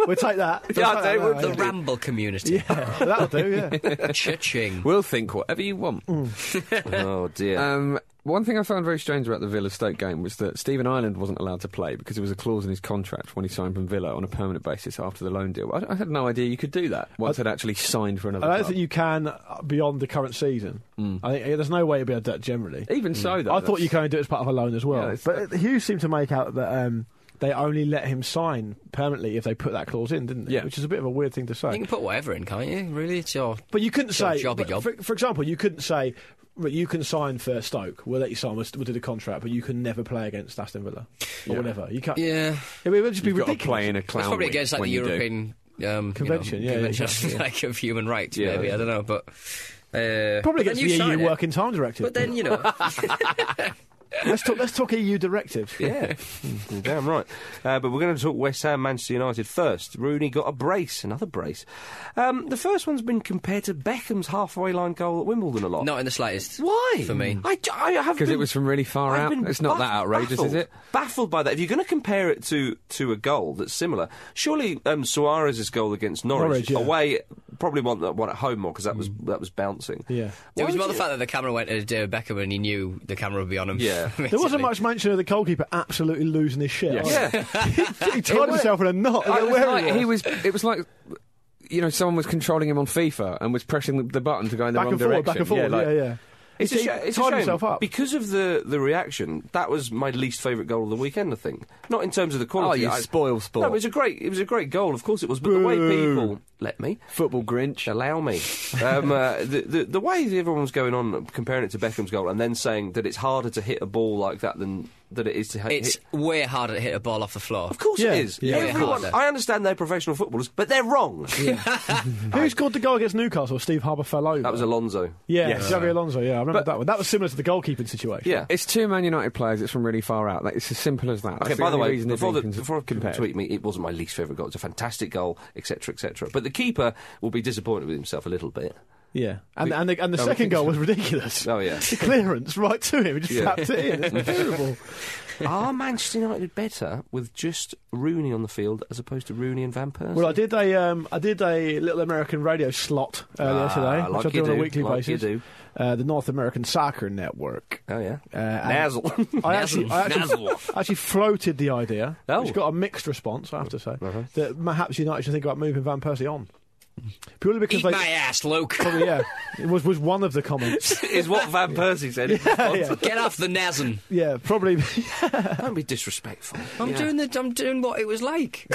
C: we'll take that. We'll
A: Yeah,
C: take
A: they
C: that
A: would.
B: the
C: now,
B: Ramble community.
C: yeah. That'll do. Yeah,
B: Cha-ching.
D: we'll think whatever you want.
A: oh dear.
D: Um, one thing I found very strange about the Villa Stoke game was that Stephen Ireland wasn't allowed to play because there was a clause in his contract when he signed from Villa on a permanent basis after the loan deal. I, I had no idea you could do that once I'd actually signed for another
C: I don't
D: club.
C: think you can uh, beyond the current season.
B: Mm.
C: I think yeah, there's no way you'd be able to do that generally.
D: Even so, though,
C: Mm. I thought
D: that's-
C: you can only do it as part of a loan as well.
D: Yeah, it's-
C: but Hughes seemed to make out that um, they only let him sign permanently if they put that clause in, didn't they?
D: Yeah.
C: Which is a bit of a weird thing to say.
B: You can put whatever in, can't you? Really? It's your.
C: But you couldn't
B: Sure,
C: say,
B: jobby
C: but
B: job.
C: For, for example, you couldn't say "Right, you can sign for Stoke. We'll let you sign. We'll, we'll do the contract, but you can never play against Aston Villa or whatever. You can't.
B: Yeah.
C: I mean, it would just be
D: You've got to
C: ridiculous.
D: play in a clown.
B: It's probably
D: wig
B: against like
D: when
B: the
D: you do.
B: European um,
C: Convention,
B: you
C: yeah, yeah,
B: know, convention
C: yeah.
B: like of human rights.
A: Yeah.
B: maybe I don't know, but
C: Probably
B: uh, but then
C: against
B: you
C: the
B: sign
C: EU
B: it.
C: Working Time Directive.
B: But then you know,
C: let's talk. Let's talk EU directives.
A: yeah, You're Mm-hmm. damn right. Uh, but we're going to talk West Ham, Manchester United first. Rooney got a brace, another brace. Um, the first one's been compared to Beckham's halfway line goal at Wimbledon a lot.
B: not in the slightest.
A: Why?
B: For me.
A: I, I have
D: Because
A: been-
D: it was from really far
A: I've
D: out.
A: been
D: It's not that
A: baff-
D: outrageous,
A: baffled,
D: is it?
A: Baffled by that. If you're going to compare it to to a goal that's similar, surely um, Suarez's goal against Norwich,
C: Norwich, yeah.
A: away probably want that one at home more because that
D: Mm.
A: was that was bouncing.
C: Yeah.
B: It
A: Why
B: was more
A: would
B: the fact that the camera went to David Beckham and he knew the camera would be on him.
A: Yeah.
C: There wasn't
B: basically.
C: much mention of the goalkeeper absolutely losing his shit. was
A: Yeah.
C: there? he tied himself in a knot. I don't
D: It
C: know
D: was
C: where
D: like-
C: he was.
D: he was. It was like. You know, someone was controlling him on FIFA and was pressing the, the button to go in the
C: back
D: wrong
C: and forth,
D: direction.
C: back and forth. Yeah,
D: like-
C: yeah.
A: It's a,
C: He
A: sh- it's a
C: tied
A: shame
C: himself up.
A: because of the, the reaction. That was my least favourite goal of the weekend. I think not in terms of the quality.
D: oh,
C: Ah,
D: you
A: I-
D: spoil sport.
A: No, it was a great it was a great goal. Of course it was, but the way
D: Boo.
A: people let me
D: Football Grinch.
A: allow me. Um, uh, the, the, the way that everyone was going on comparing it to Beckham's goal and then saying that it's harder to hit a ball like that than that it is to hit.
B: It's
A: hit-
B: way harder to hit a ball off the floor.
A: of course
C: Yeah,
A: it is.
C: yeah.
A: Everyone,
B: Harder.
A: I understand they're professional footballers, but they're wrong.
C: Who scored the goal against Newcastle? Steve Harbour fell over.
A: That was Alonso.
C: yeah,
D: Yes.
C: Xavi Alonso. Yeah, I remember
D: But-
C: that one. That was similar to the goalkeeping situation.
A: Yeah.
D: It's two Man United players. It's from really far out. Like, it's as simple as that.
A: Okay,
D: That's
A: by the
D: only
A: way,
D: reason
A: before, the,
D: they've been cons-
A: before people
D: compared.
A: tweet me, it wasn't my least favourite goal. It's a fantastic goal, etc., etc. But the keeper will be disappointed with himself a little bit.
C: yeah. And and the, and the
A: Oh, we
C: second
A: think
C: goal
A: so.
C: was ridiculous.
A: Oh, yeah.
C: The clearance right to him. He just
A: Yeah.
C: tapped it in. It's terrible.
A: Are Manchester United better with just Rooney on the field as opposed to Rooney and Van Persie?
C: Well, I did a um, I did a little American radio slot
A: Ah,
C: earlier today,
A: like
C: which I do,
A: you
C: on a
A: do,
C: weekly
A: like you
C: basis.
A: do.
C: Uh, the North American Soccer Network.
A: Oh yeah,
C: Uh, and
A: Nazzle.
C: I actually, I actually,
A: Nazzle.
C: I actually floated the idea,
A: Oh.
C: which got a mixed response. I have to say that perhaps United should think about moving Van Persie on purely because
B: Eat
C: they.
B: my ass, Luke.
C: Probably, yeah, it was was one of the comments.
A: is what Van Persie said. in response.
C: yeah.
B: Get off the nazen.
C: Yeah, probably.
A: Don't be disrespectful.
B: I'm doing the. I'm doing what it was like.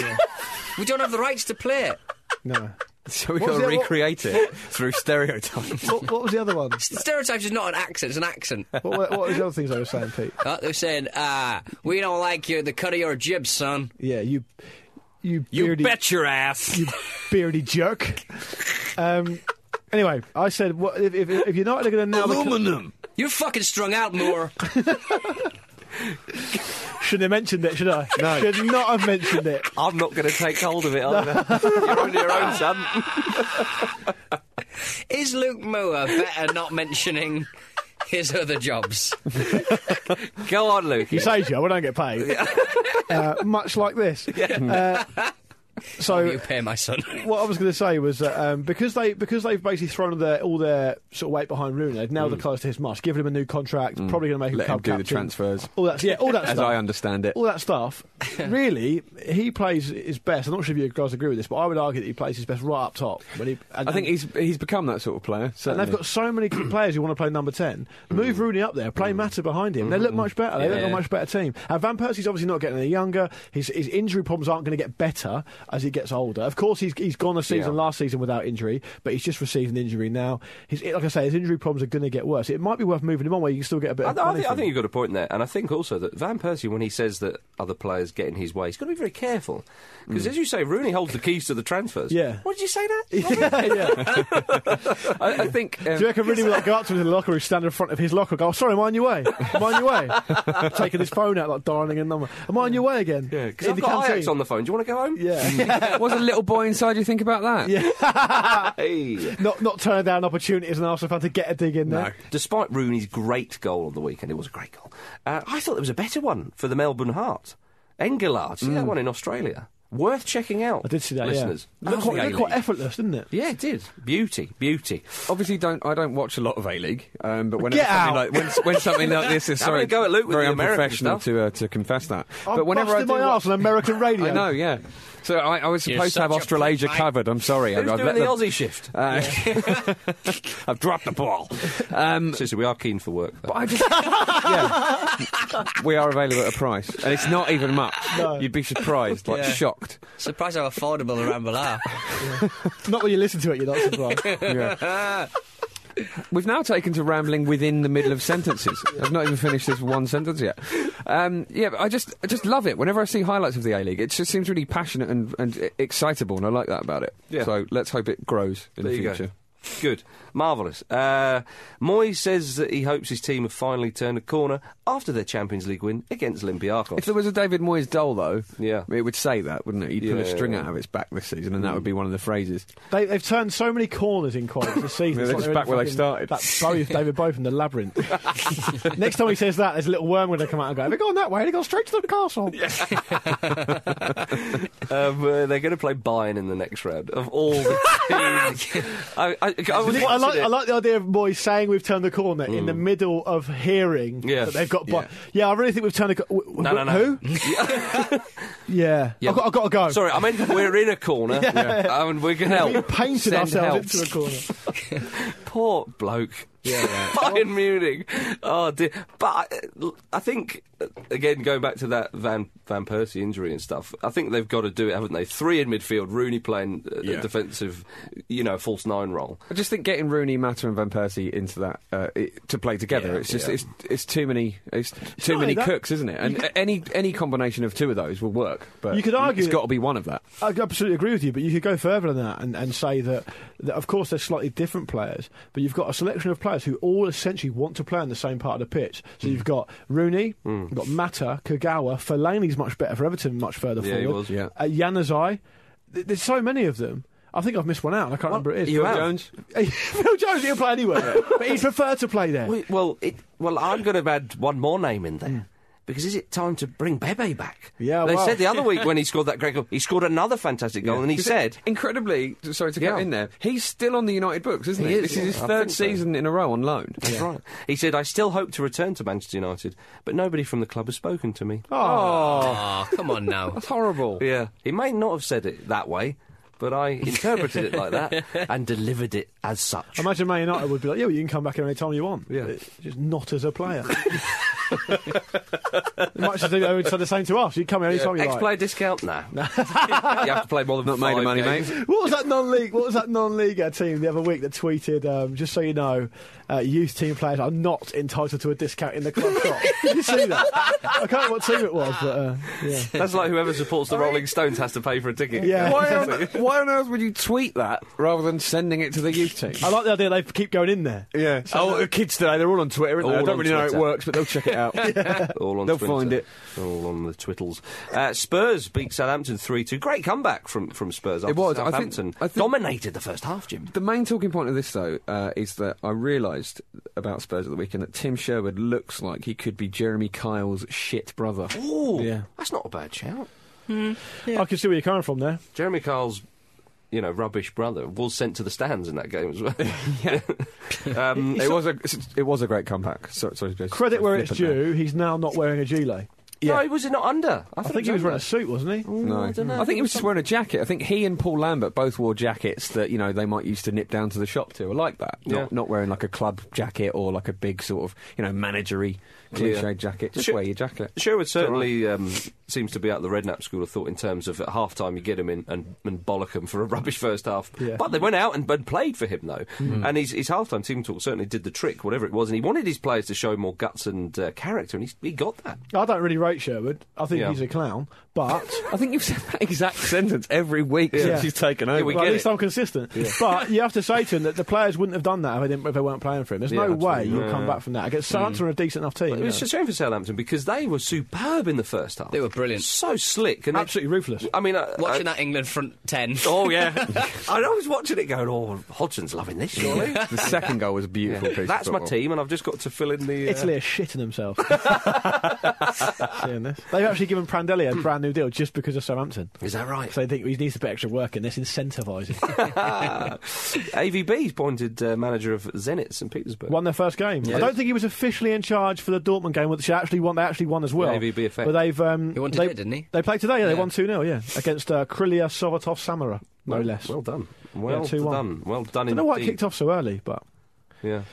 B: we don't have the rights to play it.
C: no.
D: So we've
C: What
D: got
C: was
D: to
C: the- what-
D: recreate it through stereotypes.
C: What, what was the other one?
B: Stereotypes is not an accent. It's an accent.
C: What, were- what were the other things I was saying, Pete?
B: Uh, they're saying, ah, we don't like you, the cut of your jib, son.
C: Yeah, you, you, beardy,
D: your ass.
C: you beardy jerk. Um, anyway, I said, what, if, if, if you're not going to now,
D: Aluminum.
B: You're fucking strung out, Moore.
C: Shouldn't have mentioned it, should I? No. Should not have mentioned it.
A: I'm not going to take hold of it either. You're on your own, son.
B: Is Luke Moore better not mentioning his other jobs?
A: Go on, Luke.
C: He saves you. I don't get paid. Uh, much like this. Uh, so
B: You pay my son.
C: what I was going to say was that um, because they because they've basically thrown their all their sort of weight behind Rooney, they've nailed the colours to his must, given him a new contract, probably going to make
D: Mm. Let
C: him
D: him
C: club
D: do the
C: captain.
D: transfers.
C: All that, yeah, all that
D: As
C: stuff.
D: I understand it.
C: all that stuff. really, he plays his best. I'm not sure if you guys agree with this, but I would argue that he plays his best right up top. When he, and,
D: I think he's he's become that sort of player.
C: and
D: certainly.
C: they've got so many good players who want to play number 10.
A: Mm.
C: Move Rooney up there, play Matter behind him. They look much better. They look
D: Yeah.
C: a much better team. And Van Persie's obviously not getting any younger. His, his injury problems aren't going to get better as he gets older. Of course, he's, he's gone a season
A: Yeah.
C: last season without injury, but he's just received an injury now. His, like I say, his injury problems are going to get worse. It might be worth moving him on where you can still get a bit
A: I,
C: of
A: I
C: money
A: think, I
C: from
A: think you've got a point there, and I think also that Van Persie, when he says that other players get in his way, he's got to be very careful because, as you say, Rooney holds the keys to the transfers.
C: Yeah.
A: What did you say that?
C: him. yeah, yeah.
D: I, I think. um,
C: Do you reckon really would like go up to him in the locker room, stand in front of his locker, go, oh, "Sorry, am I on your way? Am I on your way?" Taking his phone out, like dialing a number. Am I on your way again?
A: Yeah, because
C: In
A: I've
C: the
A: got Ajax
C: canteen.
A: on Mm. the phone. Do you want to go home?
C: Yeah,
D: um, was a little boy inside you think about that? Yeah.
A: Hey.
C: not not turning down opportunities and Arsenal fan to get a dig in there.
A: Despite Rooney's great goal on the weekend, it was a great goal. Uh, I thought there was a better one for the Melbourne Heart. Engelard, see that one in Australia? Worth checking out.
C: I did see that.
A: listeners.
C: yeah. looked quite,
A: Lovely
C: looked quite
A: A-League.
C: effortless, didn't it?
A: yeah, it did. Beauty, beauty.
D: Obviously, don't I don't watch a lot of A League, um, but whenever
C: Get
D: something
C: out.
D: like when, when something like this is
A: Having a
D: sorry,
A: go at Luke with
D: very
A: the American
D: unprofessional
A: stuff.
D: to uh, to confess that.
C: I'm
D: but whenever I do
C: busting my
D: wa-
C: arse on American radio.
D: I know, yeah. So I, I was
B: You're
D: supposed to have
B: such a
D: Australasia
B: prick, mate.
D: covered. I'm sorry,
A: Who's
D: I've,
A: doing
D: let
A: the
D: them-
A: Aussie shift?
D: Uh, I've dropped the ball. Um,
A: Seriously, we are keen for work. Though.
D: but I just, yeah, we are available at a price, and it's not even much.
C: No.
D: You'd be surprised, like
B: Yeah.
D: shocked.
B: Surprised how affordable the Ramble are.
C: Not when you listen to it, you're not surprised.
D: Yeah. We've now taken to rambling within the middle of sentences. I've not even finished this one sentence yet. Um, yeah, but I just I just love it. Whenever I see highlights of the A League, it just seems really passionate and, and excitable, and I like that about it.
A: Yeah.
D: So let's hope it grows in the
A: There you go.
D: future.
A: Good. Marvellous. Uh, Moyes says that he hopes his team have finally turned a corner after their Champions League win against Olympiacos.
D: If there was a David Moyes doll, though,
A: Yeah.
D: it would say that, wouldn't it? You'd put
A: Yeah,
D: a string
A: yeah. Mm.
D: out of its back this season, and that would be one of the phrases.
C: they, they've turned so many corners in quite this season. It's
D: They're
C: like
D: just
C: in
D: back where they
C: fucking-
D: started.
C: That Bowie, David Bowie from the labyrinth. Next time he says that, there's a little worm going to come out and go. They're going that way. They gone straight to the castle.
A: um, uh, they're going to play Bayern in the next round of all the teams. I, I, I was
C: I like,
A: watching it.
C: I like the idea of boys saying we've turned the corner in the middle of hearing
A: Yes.
C: that they've got. Bo- yeah.
D: Yeah.
C: I really think we've turned the corner.
A: No, no, no.
C: Who? yeah.
A: Yeah.
C: I've, got, I've got to go.
A: Sorry, I meant we're in a corner
C: Yeah.
A: and we're going to help.
C: We've painted
A: Send
C: ourselves
A: help.
C: into a corner.
A: Poor bloke. Bayern Munich. Oh dear. But I, I think uh, again going back to that Van Van Persie injury and stuff. I think they've got to do it, haven't they? Three in midfield, Rooney playing uh,
D: Yeah.
A: defensive, you know, false nine role.
D: I just think getting Rooney, Matter, and Van Persie into that uh, it, to play together.
A: Yeah,
D: it's just
A: yeah.
D: it's, it's too many it's too
C: not
D: many
C: only that-
D: cooks, isn't it? And any any combination of two of those will work. But
C: You could argue
D: it's got to be one of that.
C: I absolutely agree with you, but you could go further than that and, and say that, that, of course, they're slightly different players, but you've got a selection of players who all essentially want to play on the same part of the pitch.
A: Mm.
C: So you've got Rooney, you've got Mata, Kagawa, Fellaini's much better for Everton, much further
A: Yeah,
C: forward.
A: he was.
D: Yeah.
C: uh, Yanazai. Th- There's so many of them. I think I've missed one out. and I can't remember it is.
A: You
C: But-
A: have?
D: Jones.
C: Phil Jones, he'll play anywhere, but he'd prefer to play there.
A: Well, well, it, well I'm going to add one more name in there. Because is it time to bring Bebe back?
C: Yeah,
A: they
C: well.
A: said the other week when he scored that great goal, he scored another fantastic goal, and he
D: Is it-
A: said,
D: incredibly, sorry to
A: Yeah.
D: cut in there, he's still on the United books, isn't
A: He
D: he?
A: is,
D: this
A: yeah.
D: is his
A: I think
D: third
A: so.
D: season in a row on loan.
A: "That's right." He said, "I still hope to return to Manchester United, but nobody from the club has spoken to me."
C: Ah.
B: Oh, come on now.
D: That's horrible.
A: Yeah, he may not have said it that way, but I interpreted it like that and delivered it as such.
C: Imagine Man United would be like, yeah, well, you can come back in any time you want.
A: Yeah.
C: It's Just not as a player. Much as they would say the same to us. You come here any time you
A: Ex
C: like.
A: player discount? No. you have to play more than
D: Not
A: five
D: made of money,
A: games.
D: mate.
C: What was that non-league? What was that non-league uh, team the other week that tweeted? Um, just so you know, uh, youth team players are not entitled to a discount in the club shop. Did you see that? I can't remember what team it was, but uh, yeah.
A: That's like whoever supports the Rolling Stones has to pay for a ticket.
C: Yeah.
D: Why on, why on earth would you tweet that rather than sending it to the youth team?
C: I like the idea they keep going in there.
D: yeah. oh, kids today, they're all on Twitter, aren't they?
A: All
D: I
A: on
D: don't really know how it
A: Twitter.
D: works, but they'll check it out.
A: All on
D: They'll
A: Twitter.
D: find it.
A: All on the twittles. Uh, Spurs beat Southampton 3 2. Great comeback from, from Spurs. After
D: was. I think-
A: Southampton
D: I think-
A: dominated the first half, Jim.
D: The main talking point of this, though, uh, is that I realised about Spurs at the weekend that Tim Sherwood looks like he could be Jeremy Kyle's shit brother.
A: Ooh,
C: Yeah.
A: that's not a bad shout.
C: I can see where you're coming from there.
A: Jeremy Carl's, you know, rubbish brother was sent to the stands in that game as well. um,
D: It was a it was a great comeback. So, sorry, to be-
C: Credit where it's
D: flippant there.
C: due, he's now not wearing a gilet.
A: No, he was not under. I,
C: I
A: thought
C: think he was wearing a
A: under.
C: suit, wasn't he?
D: No.
A: I don't know.
D: I think he was just wearing a jacket. I think he and Paul Lambert both wore jackets that you know they might used to nip down to the shop to. I like that. Not
A: Yeah.
D: not wearing like a club jacket or like a big sort of you know managery cliche
A: Yeah.
D: jacket. Just
A: Should-
D: wear your jacket.
A: Sherwood certainly um, seems to be out of the Redknapp school of thought in terms of at half time you get him in and, and bollock him for a rubbish first half.
C: Yeah. Hmm.
A: But they went out and, and played for him though, and his, his half time team talk certainly did the trick, whatever it was, and he wanted his players to show more guts and uh, character, and he, he got that.
C: I don't really rate Sherwood. I think
A: Yeah.
C: he's a clown, but.
D: I think you've said that exact sentence every week since he's taken over.
A: we
C: Well,
A: get
C: at least
A: it.
C: I'm consistent. But you have to say to him that the players wouldn't have done that if they, didn't, if they weren't playing for him. There's
A: Yeah,
C: no way
A: absolutely.
C: you'll
A: Yeah. Mm.
C: come back from that. Against Southampton, are a decent enough team.
A: It was a shame for Southampton because they were superb in the first half.
B: They were brilliant.
A: so slick and they-
C: Absolutely ruthless.
A: I mean, uh,
B: Watching
A: uh,
B: that England front ten.
A: Oh yeah, I was watching it going, "Oh, Hodgson's loving this, surely."
D: The second goal was a beautiful piece. of
A: That's my
D: football.
A: team, and I've just got to fill in the. Uh,
C: Italy are shitting themselves. Seeing this. They've actually given Prandelli a brand new deal just because of Southampton.
A: Is that right?
C: So they think he needs a bit extra work and this incentivising.
A: AVB's appointed uh, manager of Zenit St Petersburg.
C: won their first game. I don't think he was officially in charge for the Dortmund game, which they actually won. They actually won as well.
A: AVB effect.
C: But they've um,
B: He won
C: they,
B: today, didn't he?
C: They played today. Yeah, they
B: Yeah.
C: won two 0 Yeah, against uh, Krylia Sovatov Samara, no less.
A: Well done. Well
C: 2-1.
A: done. Well done.
C: I don't know why it
A: indeed.
C: kicked off so early, but
A: Yeah,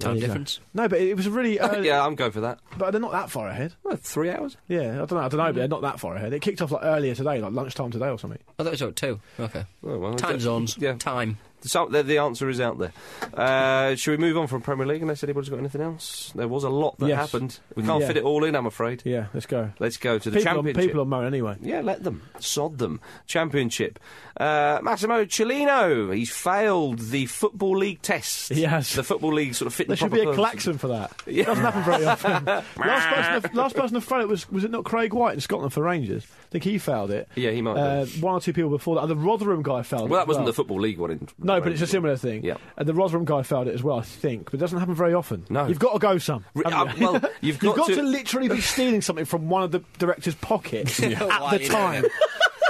B: Time
C: you go.
B: difference.
C: no, but it was really. Uh,
A: yeah. I'm going for that.
C: But they're not that far ahead.
A: Well, three hours.
C: Yeah, I don't know. I don't know, but they're not that far ahead. It kicked off like earlier today, like lunchtime today or something.
B: Oh, that was out too. Okay.
A: Oh, well,
B: Time
A: okay.
B: zones.
A: Yeah.
B: Time.
A: So the, the answer is out there. Uh, should we move on from Premier League? Unless anybody's got anything else. There was a lot that
C: Yes. Mm-hmm.
A: happened. We can't
C: Yeah.
A: fit it all in, I'm afraid.
C: Yeah, let's go.
A: Let's go to the
C: People on,
A: championship.
C: people on moan anyway.
A: Yeah, let them. Sod them. Championship. Uh, Massimo Cellino, he's failed the Football League test.
C: He has.
A: The Football League sort of fit
C: There
A: and
C: should
A: proper
C: be a
A: person.
C: klaxon for that. It doesn't happen very often. last person, to- last person to fail it was was it not Craig White in Scotland for Rangers? I think he failed it.
A: Yeah, he might
C: Uh,
A: have.
C: one or two people before that, and the Rotherham guy failed.
A: Well,
C: it
A: that
C: as
A: wasn't
C: well.
A: the Football League one. In
C: No, but it's a similar thing.
A: Yeah.
C: And the Rotherham guy failed it as well, I think, but it doesn't happen very often.
A: No.
C: You've got to go some.
A: Re-
C: haven't
A: um,
C: you?
A: well, you've got
C: to...
A: to-
C: literally be stealing something from one of the director's pockets
B: While
C: at the
B: you're doing
C: time
B: it.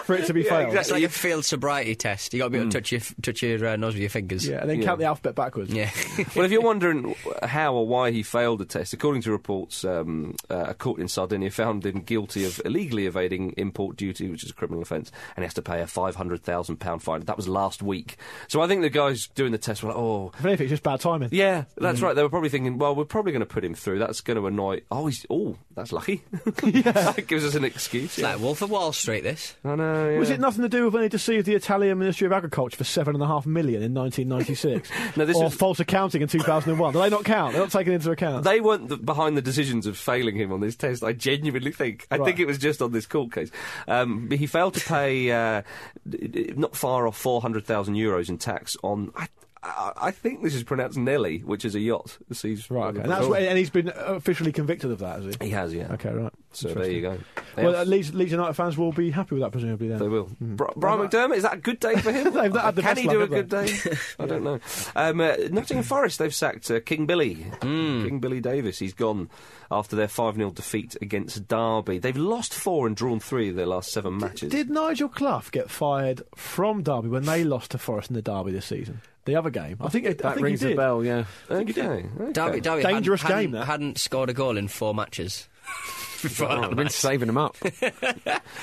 C: for it to be
A: Yeah,
C: failed.
B: It's
A: exactly.
B: like your field sobriety test. You got to be able to touch your touch your uh, nose with your fingers.
C: Yeah, and then count the alphabet backwards.
B: Yeah.
A: well, if you're wondering how or why he failed the test, according to reports, um, uh, a court in Sardinia found him guilty of illegally evading import duty, which is a criminal offence, and he has to pay a £500,000 fine. That was last week. So I think the guys doing the test were like, oh,
C: If anything, it's just bad timing.
A: Yeah, that's
C: Mm.
A: right. They were probably thinking, well, we're probably going to put him through. That's going to annoy. Oh, he's oh, that's lucky. that gives us an excuse.
B: It's like Wolf of Wall Street. This.
A: I know. Yeah.
C: Was it nothing to do with when they deceived the Italian Ministry of Agriculture for seven and a half million in 1996?
A: No, this
C: or
A: was-
C: false accounting in 2001? Do they not count? They're not taken into account.
A: They weren't the, behind the decisions of failing him on this test. I genuinely think. I
C: Right.
A: think it was just on this court case. Um, but he failed to pay uh, d- d- not far off four hundred thousand euros in tax on. I, I, I think this is pronounced Nelly, which is a yacht. So he's-
C: Right, okay. and that's
A: Oh.
C: where, and he's been officially convicted of that, has he?
A: he has. Yeah.
C: Okay, right.
A: So there you go.
C: Well, uh, Leeds, Leeds United fans will be happy with that, presumably. Then
A: They will. Bri- Brian McDermott, is that a good day for him?
C: Mm-hmm. They've not had the
A: Can
C: best
A: he do a
C: luck,
A: good
C: have
A: day? I don't know. Um, uh, Nottingham Forest, they've sacked uh, King Billy.
B: Hmm.
A: King Billy Davis, he's gone after their 5 0 defeat against Derby. They've lost four and drawn three of their last seven matches.
C: Did Nigel Clough get fired from Derby when they lost to Forest in the Derby this season? The other game, I think. I
D: That
C: think
D: rings
C: he
D: a
C: did.
D: bell. Yeah.
A: okay. okay.
B: Derby, Derby
C: Dangerous
B: hadn't,
C: game,
B: Hadn't,
C: that.
B: hadn't scored a goal in four matches. Before that
D: I've been
B: match.
D: saving them up.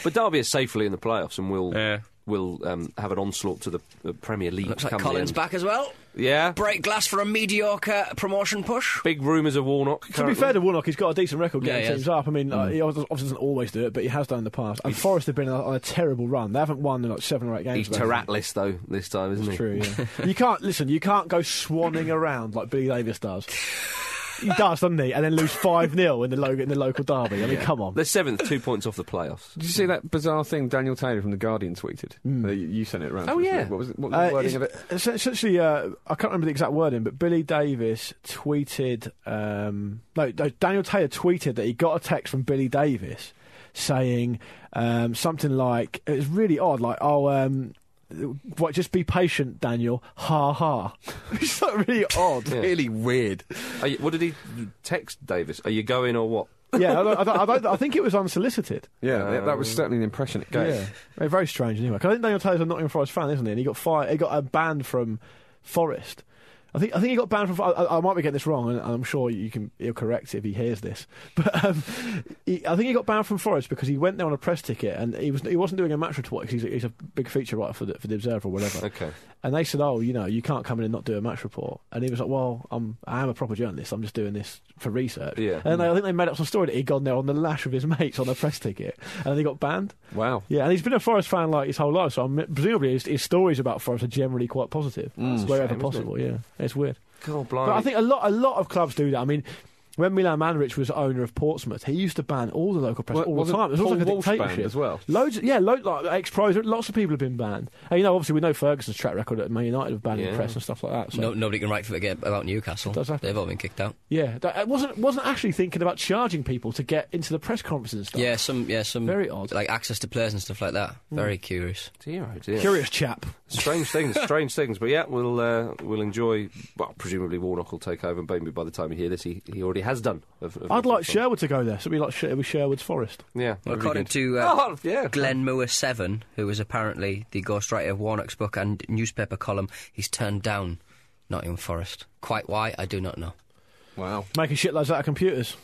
A: But Derby is safely in the playoffs and will.
B: Yeah.
A: Will um, have an onslaught to the uh, Premier League.
B: Looks like
A: come the
B: Collins
A: end.
B: back as well.
A: Yeah.
B: Break glass for a mediocre promotion push.
A: Big rumours of Warnock.
C: To be
A: currently.
C: fair to Warnock, he's got a decent record
B: Yeah,
C: getting
B: he
C: teams
B: has.
C: up. I mean, uh, he obviously doesn't always do it, but he has done in the past. And Forest have been on a, on a terrible run. They haven't won in like seven or eight games.
A: he's
C: I don't think.
A: Teratless though this time, isn't he?
C: True. Yeah. you can't listen. You can't go swanning around like Billy Davis does. he does, doesn't he? And then lose 5 0 in, the lo- in the local derby. I mean, come on.
A: They're seventh, two points off the playoffs.
D: Did you see that bizarre thing Daniel Taylor from The Guardian tweeted? Uh, you- You sent it around.
A: Oh,
D: to us,
A: yeah.
D: didn't you? What was, it, what was
C: Uh,
D: the wording of
C: it's-
D: it?
C: it's essentially, uh, I can't remember the exact wording, but Billy Davis tweeted. Um, no, no, Daniel Taylor tweeted that he got a text from Billy Davis saying um, something like, "It was really odd, like, oh, um, what, just be patient, Daniel, ha ha." it's like really odd. yeah,
D: Really weird.
A: Are you, what did he text Davis? Are you going or what?
C: I, don't, I, don't, I, don't, I think it was unsolicited.
D: Yeah, that, that was certainly the impression it gave.
C: Yeah, They're very strange anyway. 'Cause I think Daniel Taylor's a Nottingham Forest fan, isn't he? And he got fired. He got uh, banned from Forest. I think I think he got banned from. I, I- I might be getting this wrong, and I'm sure you can. He'll correct if he hears this. But um, he, I think he got banned from Forest because he went there on a press ticket, and he was he wasn't doing a match report because he's, a- he's a big feature writer for the, for the Observer or whatever.
A: Okay.
C: And they said, "Oh, you know, you can't come in and not do a match report." And he was like, "Well, I'm I am a proper journalist. I'm just doing this for research."
A: Yeah. Mm.
C: And they, I think they made up some story that he'd gone there on the lash of his mates on a press ticket, and he got banned.
D: Wow.
C: Yeah, and he's been a Forest fan like his whole life, so I'm, presumably his, his stories about Forest are generally quite positive,
D: Mm.
A: That's a
C: wherever
A: shame, isn't
C: possible. Yeah, it's weird,
A: God,
C: but
A: blimey.
C: I think a lot, a lot of clubs do that. I mean, when Milan Manrich was owner of Portsmouth, he used to ban all the local press
D: Well,
C: all the
D: wasn't
C: time. It was
D: Paul
C: almost like a
D: Walsh banned
C: dictatorship
D: as well?
C: Loads, yeah, lo- like ex-pros, lots of people have been banned. And, you know, obviously we know Ferguson's track record at Man United of banning
A: Yeah.
C: press and stuff like that. So
B: No, nobody can write for again about Newcastle.
C: does happen.
B: They've all been kicked out.
C: yeah, that, it wasn't wasn't actually thinking about charging people to get into the press conferences and stuff.
B: Yeah, some. Yeah, some.
C: Very odd. Hmm.
B: Like access to players and stuff like that. Very curious.
A: dear, oh dear.
C: curious chap.
A: Strange things, strange things. But yeah, we'll uh, we'll enjoy. Well, presumably Warnock will take over, and maybe by the time you hear this, he, he already has done. of- of
C: I'd like
A: Nottingham Forest.
C: Sherwood to go there. So it'd be like Sher- it'd be Sherwood's Forest.
A: Yeah, that'd be
B: According
A: good.
B: to uh,
A: oh, yeah,
B: Glenn Moore Seven, who was apparently the ghostwriter of Warnock's book and newspaper column, he's turned down Nottingham Forest. Quite why, I do not know.
D: Wow.
C: Making shitloads out of computers.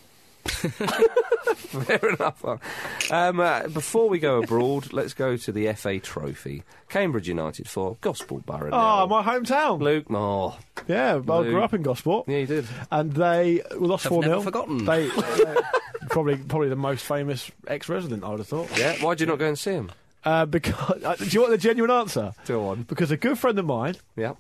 A: Fair enough. Um, uh, before we go abroad, let's go to the FA Trophy. Cambridge United for Gospel Borough. now.
C: Oh, my hometown.
A: Luke. Oh,
C: Yeah, well, I
A: Luke.
C: grew up in Gosport,
A: yeah, you did.
C: and they lost
B: Have
C: four 0
B: never forgotten.
C: They, they- probably probably the most famous ex-resident, I would have thought.
A: Yeah. Why'd you not go and see him?
C: Uh, because uh, do you want the genuine answer?
A: Go on.
C: Because a good friend of mine
A: Yeah.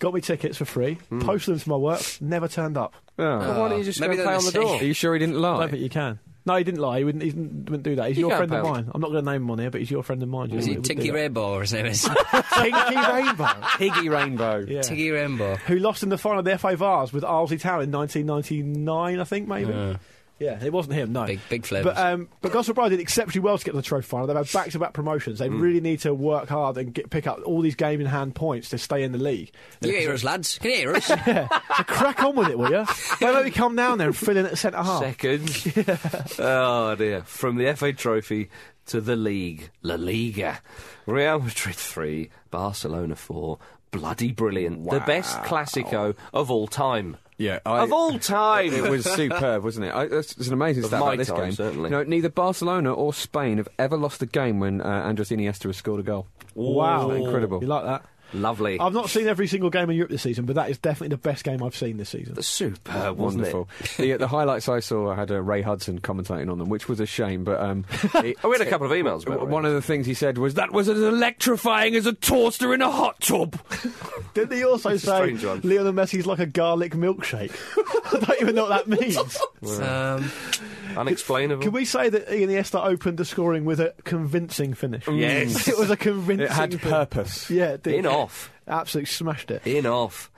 C: got me tickets for free,
B: Hmm.
C: posted them to my work, never turned up. Uh,
D: Oh.
A: Well, why don't you just
B: maybe
A: go
B: they're
A: play
B: the
A: on the
B: same.
A: door?
D: Are you sure he didn't
C: I don't
D: lie?
C: think you can. No, he didn't lie. He wouldn't. He didn't wouldn't do that. He's
A: You
C: your
A: can't
C: friend of
A: pound.
C: mine. I'm not going to name him on here, but he's your friend of mine.
B: Is he
C: uh,
B: Tinky Rainbow or his name is
C: Tinky Rainbow?
D: Piggy Rainbow.
C: Yeah.
B: Tinky Rainbow?
C: Who lost in the final of the FA Vars with Arlesey Town in 1999, I think, maybe. Yeah, it wasn't him. No,
B: Big big flavours.
C: But um, but Gospel Bride did exceptionally well to get to the trophy final. They've had back to back promotions.
A: Mm.
C: They really need to work hard and get, pick up all these game in hand points to stay in the league.
B: you hear us, lads? Can you hear us?
C: So crack on with it, will you? Why don't you come down there and fill in at centre half?
A: Second. oh dear. From the FA Trophy to the league, La Liga. Real Madrid three, Barcelona four. Bloody brilliant. The best Classico of all time.
D: Yeah, I-
A: of all time.
D: it was superb, wasn't it? I, it's, it's an amazing
A: Of
D: stat
A: my
D: about this
A: time,
D: game.
A: certainly.
D: No, neither Barcelona or Spain have ever lost a game when uh, Andres Iniesta has scored a goal.
C: Wow,
D: Isn't that incredible.
C: You like that?
A: Lovely.
C: I've not seen every single game in Europe this season, but that is definitely the best game I've seen this season.
A: Superb, wasn't it?
D: Wonderful. the, the highlights I saw had uh, Ray Hudson commentating on them, which was a shame. But um, it-
A: Oh, we had a couple of emails. About
D: one of the things he said was that was as electrifying as a toaster in a hot tub.
C: Didn't he also
A: It's a
C: say
A: strange one.
C: Lionel Messi's like a garlic milkshake? I don't even know what that means.
B: um,
A: unexplainable.
C: Can we say that Iniesta opened the scoring with a convincing finish?
A: Yes.
C: it was a convincing.
D: It had
C: fin-
D: purpose.
C: Yeah, it did.
A: in off.
C: Absolutely smashed it.
A: In off.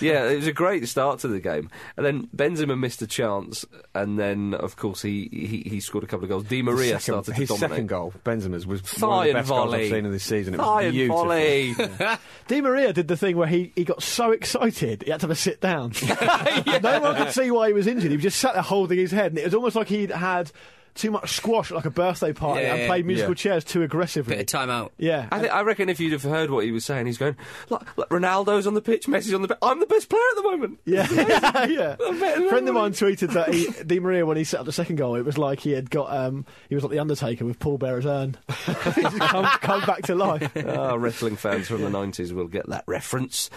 A: yeah, it was a great start to the game. And then Benzema missed a chance, and then, of course, he, he, he scored a couple of goals. Di Maria
D: Second-
A: started to
D: his
A: dominate.
D: second goal, Benzema's, was one of
A: Thigh
D: the
A: and
D: best goals
A: volley.
D: I've seen of this season. It
A: Thigh
D: was
A: and
D: beautiful.
A: volley.
C: Di Maria did the thing where he, he got so excited he had to have a sit down. No one could see why he was injured. He was just sat there holding his head, and it was almost like he'd had too much squash at like a birthday party
B: Yeah,
C: and
B: yeah,
C: played musical
D: yeah.
C: chairs too aggressively.
B: bit of time out.
C: yeah,
A: I, think, I reckon if you'd have heard what he was saying, he's going, look, look, Ronaldo's on the pitch, Messi's on the pitch. I'm the best player at the moment.
C: Yeah, yeah, yeah.
A: better than
C: Friend of mine tweeted that he, Di Maria, when he set up the second goal, it was like he had got um, he was like the Undertaker with Paul Bearer's urn. He's come, come back to life.
A: Ah, wrestling fans from the 90s will get that reference.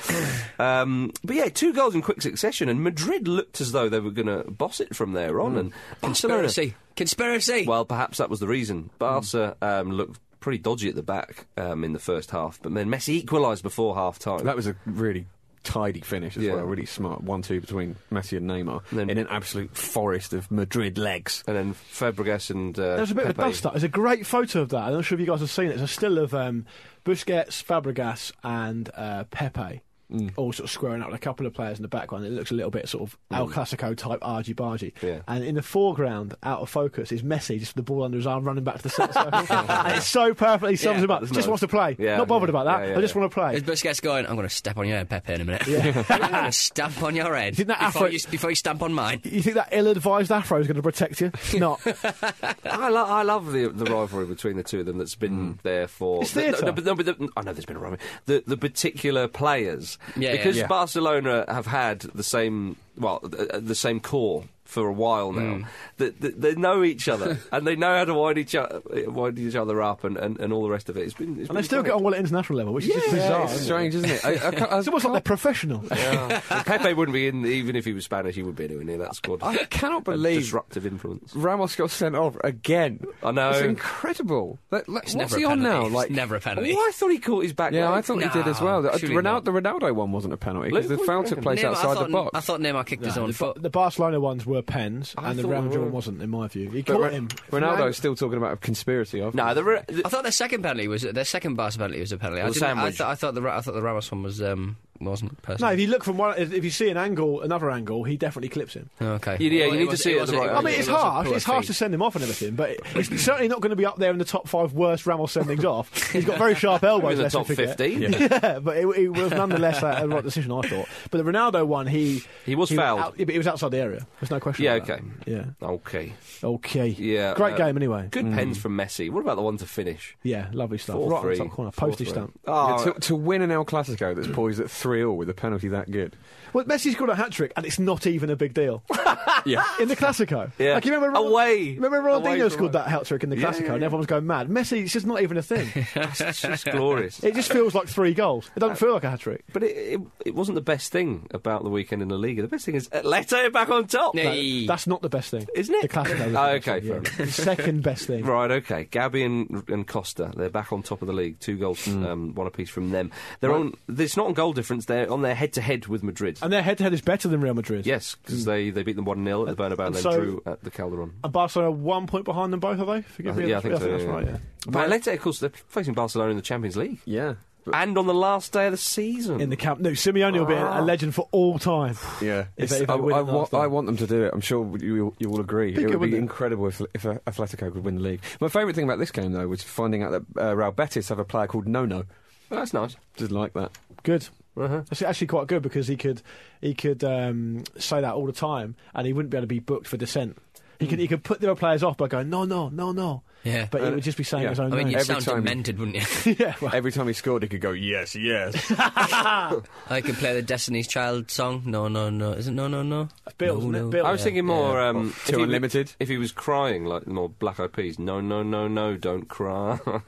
A: Um, but yeah, two goals in quick succession, and Madrid looked as though they were going to boss it from there
D: Hmm.
A: on. And Barcelona,
B: Conspiracy. Conspiracy.
A: Well, perhaps that was the reason. Barca um, looked pretty dodgy at the back um, in the first half, but then Messi equalised before half time.
D: That was a really tidy finish as
A: Yeah.
D: well. Really smart one-two between Messi and Neymar
A: Then-
D: in an absolute forest of Madrid legs.
A: And then Fabregas and uh,
C: There's a bit
A: Pepe.
C: of a dust up. There's a great photo of that. I'm not sure if you guys have seen it. It's a still of um, Busquets, Fabregas, and uh, Pepe.
A: Mm.
C: All sort of squaring up with a couple of players in the background. It looks a little bit sort of El Clasico type argy bargy.
A: Mm. Yeah.
C: And in the foreground, out of focus, is Messi just with the ball under his arm running back to the centre circle. and it so perfectly sums
B: Yeah,
C: him up.
A: there's
C: Just
A: no-
C: wants to play.
A: Yeah,
C: Not bothered
A: yeah,
C: about that.
A: yeah, yeah,
C: I just
A: yeah.
C: want to play.
B: Is Busquets going, I'm going to step on your head, Pepe, in a minute. I'm going to stamp on your head
C: You think that
B: before,
C: Afro-
B: you, before you stamp on mine.
C: you think that ill-advised afro is going to protect you? Not.
A: I, lo- I love the the rivalry between the two of them that's been
B: Mm.
A: there for.
C: It's
A: the-
C: theatre.
A: no, but- no, but the- I know there's been a rivalry. The, the particular players.
B: Yeah, yeah.
A: because
B: Yeah.
A: Barcelona have had the same, well, uh, the, the same core for a while now.
B: Mm.
A: That that they know each other and they know how to wind each other, wind each other up and, and, and all the rest of it. It's been. it's
C: And
A: been
C: they still
A: great.
C: get on well at international level, which is just bizarre.
D: It's
C: isn't it?
D: strange, isn't it? I, I can't- I
C: It's almost like they're professional.
A: Yeah. Pepe wouldn't be in, even if he was Spanish, he would be anywhere near that squad.
D: I cannot
A: A
D: believe-
A: disruptive influence.
D: Ramos got sent off again.
A: I know.
D: It's incredible. Like, like,
B: It's
D: what's
B: never
D: he
B: a
D: on
B: penalty.
D: now?
B: It's
D: Like
B: never a penalty.
A: Oh, I thought he caught his back.
D: Yeah,
A: leg.
D: I thought he did as
B: No,
D: well. The,
B: surely
D: Ronaldo,
B: not.
D: the Ronaldo one wasn't a penalty because the
A: Luke,
D: foul
A: what do you
D: took place
B: Neymar- I
D: outside
B: thought,
D: the box.
B: I thought Neymar kicked his own
C: But
B: foot.
C: the Barcelona ones were pens,
A: I
C: and the
A: thought
C: Real
A: they
C: Madrid
A: were.
C: one wasn't, in my view. He
D: But
C: caught
D: Ra-
C: him.
D: Ronaldo's still talking about a conspiracy. Of
A: No, the, re- the,
B: I thought their second penalty was their second Barca penalty was a penalty. I,
A: Was
B: didn't- I,
A: sandwich.
B: thought, I thought the Ra- I thought the Ramos one was um, wasn't
C: No,
B: personally.
C: if you look from one, if you see an angle, another angle, he definitely clips him.
B: Oh, okay.
A: Yeah, yeah, you need to
B: was-
A: see it at the
B: wasn't-
A: right
C: I mean, it's
B: wasn't a
C: harsh.
B: poor
C: It's harsh to
B: feed.
C: send him off and everything, but it- it's certainly not going to be up there in the top five worst Ramos sendings off. He's got very sharp elbows.
A: in the
C: let's not
A: top
C: forget.
A: 15.
C: Yeah. but it, it was nonetheless a, a right decision, I thought. But the Ronaldo one, he
A: He was fouled.
C: out- yeah, but he was outside the area. There's no question.
A: Yeah,
C: about
A: okay.
C: that. Yeah.
A: Okay.
C: Okay.
A: Yeah,
C: Great
A: uh,
C: game anyway.
A: Good pens from Messi. What about the one to finish?
C: Yeah, lovely stuff.
A: Four
C: right
A: three.
C: on the top corner,
A: Four
C: postage
A: three.
C: stamp.
D: Yeah,
A: Oh,
D: to, to win an El Clasico that's poised at 3 0 with a penalty that good.
C: Well, Messi's got a hat trick, and it's not even a big deal.
D: Yeah.
C: in the Classico.
A: Yeah.
C: Like, you remember Ronald-
A: Away.
C: Remember
A: Away
C: Ronaldinho
A: from
C: scored that hat trick in the
A: Yeah,
C: Classico,
A: yeah,
C: and
A: yeah.
C: everyone was going mad. Messi, it's just not even a thing.
A: it's just glorious.
C: it just feels like three goals. It doesn't feel like a hat trick.
A: but it, it, it wasn't the best thing about the weekend in the league. The best thing is Atleta back on top.
B: No,
A: Like,
C: That's not the best thing,
A: Isn't it?
C: The Classico. was the
A: Oh,
C: best
A: okay,
C: thing,
A: fair enough.
C: yeah. The second best thing.
A: Right, okay. Gabby and, and Costa, they're back on top of the league. Two goals,
C: Mm.
A: um, one apiece from them. They're on. It's not on goal difference. They're on their head to head with Madrid.
C: And their head-to-head is better than Real Madrid.
A: yes, because they, they beat them one 0 at the Bernabeu and,
C: and
A: then
C: so-
A: drew at the Calderon.
C: And Barcelona one point behind them both, are they? Forgive
A: I
C: me.
A: think- Uh, yeah, I think
C: that's-
A: so.
C: that's
A: yeah,
C: right.
A: yeah.
C: Yeah.
A: But Atleta, of course, they're facing Barcelona in the Champions League.
D: Yeah. But-
A: And on the last day of the season.
C: In the camp, no, Simeone will be
A: Ah.
C: a legend for all time.
B: Ah.
D: yeah.
C: If
D: It's-
C: they- if
D: I,
C: they win
D: I
C: it
D: wa-
C: last time.
D: I want them to do it. I'm sure you, you all agree.
C: Be good,
D: it would be
C: wouldn't it?
D: incredible if, if uh, Atletico could win the league. My favourite thing about this game, though, was finding out that uh, Real Betis have a player called Nono.
A: Oh, that's nice.
D: Just like that.
C: Good.
A: Uh-huh.
C: That's actually quite good because he could he could um, say that all the time, and he wouldn't be able to be booked for dissent. He could he
B: Hmm.
C: could put the other players off by going no no no no,
B: Uh, Yeah.
C: but he would just be saying
D: yeah.
C: his own
B: I mean,
C: name.
B: you'd
D: Every
B: sound
D: time-
B: demented, wouldn't you?
C: yeah, well,
D: Every time he scored, he could go, yes, yes.
B: I could play the Destiny's Child song. No, no, no. Is it no, no, no?
C: Bill,
B: no,
C: isn't it?
B: no.
C: Bill.
A: I was
C: Yeah.
A: thinking more um, if
D: Two
A: he-
D: unlimited.
A: If he was crying like the more Black Eyed Peas, no, no, no, no, don't cry.
C: or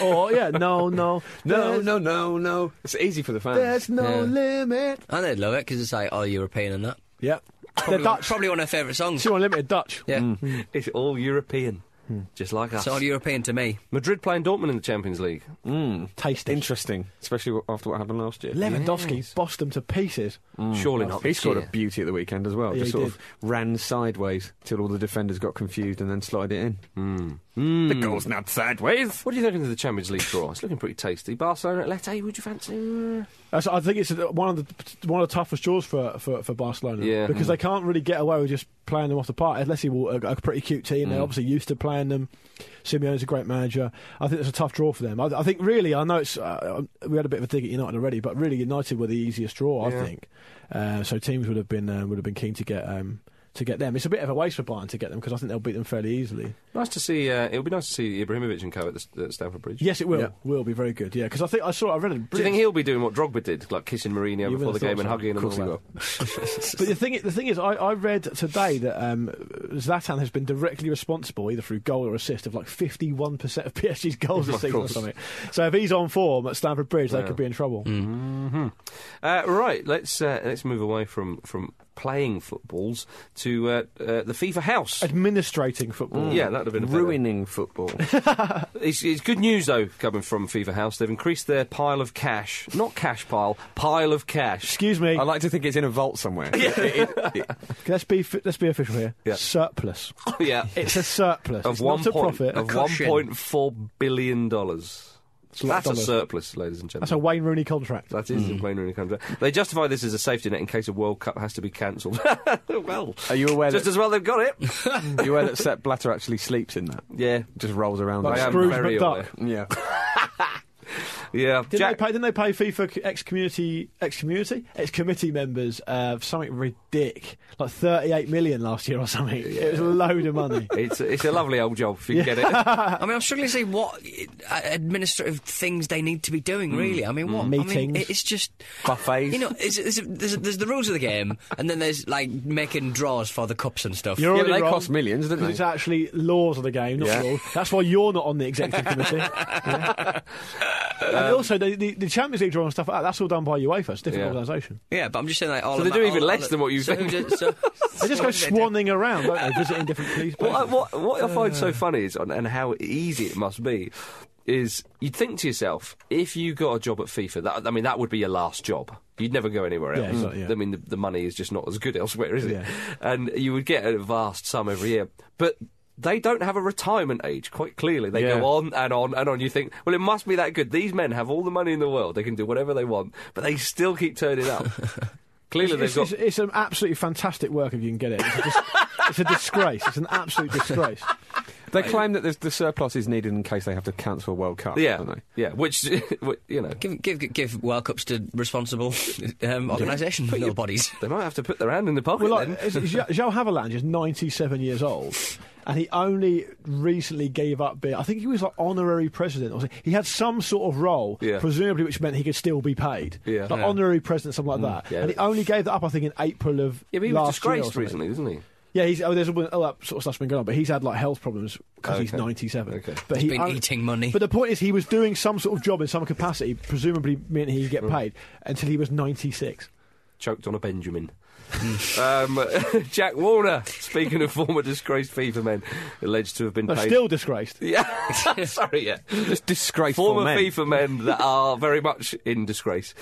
C: Oh, yeah no no
D: No,
C: there's-
D: no, no, no. It's easy for the fans.
C: there's no
B: Yeah.
C: limit.
B: And they'd love it because it's like all European and that.
C: Yep,
B: Probably,
C: they're Dutch.
B: probably one of their favourite songs.
C: Two unlimited Dutch.
B: Yeah,
A: Mm. it's all European,
C: Hmm.
A: just like us.
B: it's all European to me.
A: Madrid playing Dortmund in the Champions League.
D: Hmm.
C: Tasty.
D: Interesting, especially w- after what happened last year.
C: Lewandowski bossed them to pieces.
A: Surely not.
D: He
A: this
D: scored
A: year.
D: a beauty at the weekend as well.
C: Yeah,
D: just
C: he
D: sort
C: did.
D: of ran sideways till all the defenders got confused and then slid it in.
A: Hmm.
D: The goal's not sideways.
A: What do you think of the Champions League draw? It's looking pretty tasty. Barcelona, Atleti, would you fancy?
C: Uh, so I think it's uh, one of the one of the toughest draws for for, for Barcelona
A: Yeah. Mm-hmm.
C: because they can't really get away with just playing them off the park. Atleti will a, a pretty cute team.
A: Mm.
C: They're obviously used to playing them. Simeone's a great manager. I think it's a tough draw for them. I, I think really, I know it's uh, we had a bit of a dig at United already, but really United were the easiest draw.
A: Yeah.
C: I think uh, so. Teams would have been uh, would have been keen to get. Um, to get them, it's a bit of a waste for Bayern to get them because I think they'll beat them fairly easily.
A: Nice to see. Uh, it'll be nice to see Ibrahimovic and co at, the, S- at Stamford Bridge.
C: Yes, it will.
D: Yeah.
C: Will be very good. Yeah, because I think I saw. I read. a
A: Do you think
C: brilliant-
A: he'll be doing what Drogba did, like kissing Mourinho
C: You
A: before
C: would've
A: the game and
C: thought so.
A: hugging him?
D: Of course
A: and
D: he
A: all
D: will.
C: But the thing, the thing is, I, I read today that um, Zlatan has been directly responsible, either through goal or assist, of like 51% of PSG's goals this
A: Of
C: season or
A: course.
C: something. So if he's on form at
A: Mm.
C: Stamford Bridge, they could be in trouble.
A: Uh, right, let's uh, let's move away from from playing footballs to uh, uh, the FIFA house.
C: Administrating football.
A: Yeah, that'd have been a better-
D: Ruining football.
A: It's, it's good news though, coming from FIFA House. They've increased their pile of cash, not cash pile, pile of cash.
C: Excuse me.
D: I like to think it's in a vault somewhere. It- it- it-
C: let's be fi- let's be official here.
A: Yeah.
C: Surplus.
A: yeah,
C: It's a surplus.
A: of
C: it's
A: one
C: not a
A: point
C: profit.
A: of one
B: cushion.
A: point four billion dollars.
C: a
A: That's
C: lot of
A: a Uh,
C: dollars.
A: surplus, ladies and
C: That's a Hmm.
A: gentlemen.
C: Wayne Rooney contract.
A: That is a plain running contract. They justify this as a safety net in case a World Cup has to be cancelled. well,
D: Are you aware
A: just
D: that,
A: as well they've got it.
D: are you aware that Sepp Blatter actually sleeps in that?
A: yeah,
D: Just rolls around.
C: Like
D: in
A: I am
C: Scrooge
A: very
C: McDuck.
A: aware.
D: it. Yeah.
A: yeah.
C: Didn't,
A: Jack-
C: they pay, didn't they pay FIFA ex community ex community ex committee members uh, something ridiculous like thirty eight million last year or something? It was a load of money.
A: it's it's a lovely old job if you can get it.
B: I mean, I'm struggling to see what uh, administrative things they need to be doing,
A: Hmm.
B: really. I mean, what?
A: Mm.
B: I mean,
C: Meetings.
B: it- it's just.
D: Buffets.
B: You know, it's, it's, there's, there's the rules of the game, and then there's, like, making draws for the cups and stuff.
C: You're
D: Yeah,
C: already
D: they
C: wrong.
D: cost millions, don't
C: 'Cause
D: they?
C: It's actually laws of the game, not
D: Yeah.
C: rules. That's why you're not on the executive committee. Yeah. and also, the, the, the Champions League draw and stuff like that, that's all done by UEFA. It's a different
A: Um, Yeah.
C: organisation.
B: Yeah, but I'm just saying, like, all
A: So
B: of
A: they
B: that-
A: do
B: all-
A: even
B: all
A: less
B: of-
A: than what you
B: so
A: think.
B: who do- so-
C: They just
B: so
C: go
B: what do do?
C: swanning around, don't they? Visiting different police.
A: What, I-
C: bases.
A: what, what I find
C: Uh.
A: so funny is, and and how easy it must be, is you'd think to yourself, if you got a job at FIFA, that, I mean, that would be your last job. You'd never go anywhere
C: Yeah,
A: else.
C: exactly, yeah.
A: I mean, the, the money is just not as good elsewhere, is it?
C: Yeah.
A: And you would get a vast sum every year. But they don't have a retirement age, quite clearly. They
D: Yeah.
A: go on and on and on. You think, well, it must be that good. These men have all the money in the world. They can do whatever they want, but they still keep turning up. clearly, they've
C: It's,
A: got.
C: it's- it's an absolutely fantastic work if you can get it. It's, just, it's a disgrace. It's an absolute disgrace.
D: They claim that there's, the surplus is needed in case they have to cancel a World Cup.
C: Oh,
A: yeah,
D: Don't they?
A: yeah, which, you know.
B: Give, give, give World Cups to responsible um, organisation, little bodies.
A: They might have to put their hand in the pocket
C: Well, like,
A: then.
C: is- is Jo- Joe Haviland is 97 years old, and he only recently gave up being. I think he was like honorary president. Or something. he had some sort of role,
A: Yeah.
C: presumably, which meant he could still be paid.
A: Yeah.
C: Like
A: Yeah.
C: honorary president, something like that.
A: yeah.
C: And he only gave that up, I think, in April of
A: Yeah, but he was
C: last year or
A: disgraced
C: something.
A: recently, isn't he?
C: Yeah, he's, oh, there's all, all that sort of stuff's been going on, but he's had like health problems because he's
A: Okay.
C: 97.
A: Okay.
C: But
B: He's been eating money.
C: But the point is, he was doing some sort of job in some capacity, presumably meant he'd get paid until he was 96.
A: Choked on a Benjamin. um, Jack Warner, speaking of former disgraced FIFA men, alleged to have been
C: No,
A: paid.
C: still disgraced.
A: Yeah, sorry, yeah.
D: Just disgraceful
A: Former
D: men.
A: FIFA men that are very much in disgrace.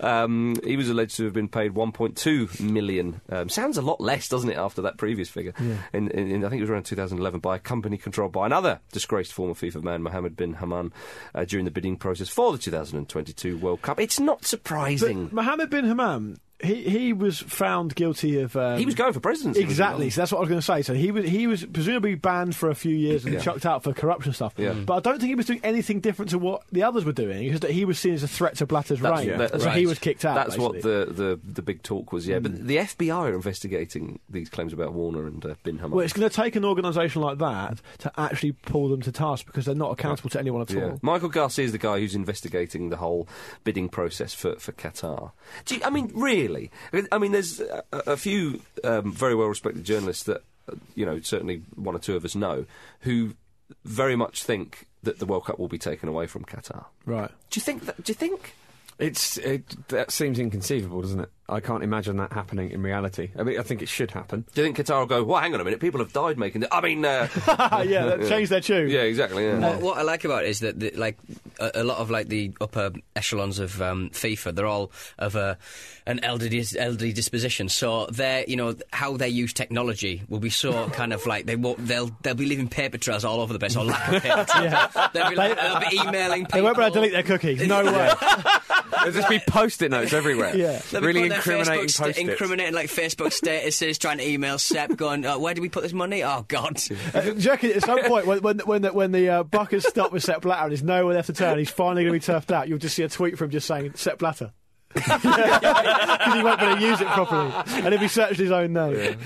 A: Um, he was alleged to have been paid 1.2 million. Um, sounds a lot less, doesn't it, after that previous figure? In, in, in- I think it was around 2011 by a company controlled by another disgraced former FIFA man, Mohammed bin Haman, uh, during the bidding process for the 2022 World Cup. It's not surprising.
C: But Mohammed bin Hammam, he, he was found guilty of. Um,
A: He was going for presidency. wasn't he?
C: Exactly. So that's what I was going to say. So he was he was presumably banned for a few years and
A: Yeah.
C: chucked out for corruption stuff.
A: Yeah.
C: But I don't think he was doing anything different to what the others were doing. It's just that he was seen as a threat to Blatter's
A: That's-
C: reign,
A: that-
C: so
A: right.
C: he was kicked out.
A: That's
C: basically. Hmm.
A: what the, the, the big talk was, yeah. But the FBI are investigating these claims about Warner and uh, Bin Hammam.
C: Well, it's going to take an organisation like that to actually pull them to task because they're not accountable to anyone at
A: yeah.
C: all.
A: Michael Garcia is the guy who's investigating the whole bidding process for, for Qatar. Do you, I mean, really? I mean, there's a, a few um, very well respected journalists that, uh, you know, certainly one or two of us know, who very much think that the World Cup will be taken away from Qatar.
C: Right.
A: Do you think that? Do you think?
D: It's it, that seems inconceivable, doesn't it? I can't imagine that happening in reality. I mean, I think it should happen.
A: Do you think Qatar will go, well, hang on a minute, people have died making the. I mean, uh,
C: yeah, that changed their tune.
A: yeah, exactly. Yeah.
C: Uh,
B: What, what I like about it is that, the, like, a, a lot of like the upper echelons of um, FIFA, they're all of a, an elderly, dis- elderly disposition. So they're, you know, how they use technology will be so kind of like they won't, they'll they'll be leaving paper trails all over the place or lack of paper trails. they'll, be like, they'll be emailing people.
C: They won't be able to delete their cookies. No way.
D: There'll just be post-it notes everywhere.
C: Yeah.
B: They'll be
D: really
B: putting their
D: incriminating
B: Facebook sta-
D: post-its.
B: incriminating like Facebook statuses, trying to email Sep, going, oh, "Where did we put this money? Oh God!"
C: Uh, do you reckon at some point when when when the, when the uh, buck has stopped with Sepp Blatter and there's nowhere left to turn, he's finally going to be turfed out. You'll just see a tweet from him just saying Sepp Blatter. Because he won't be able to use it properly, and if he searched his own name,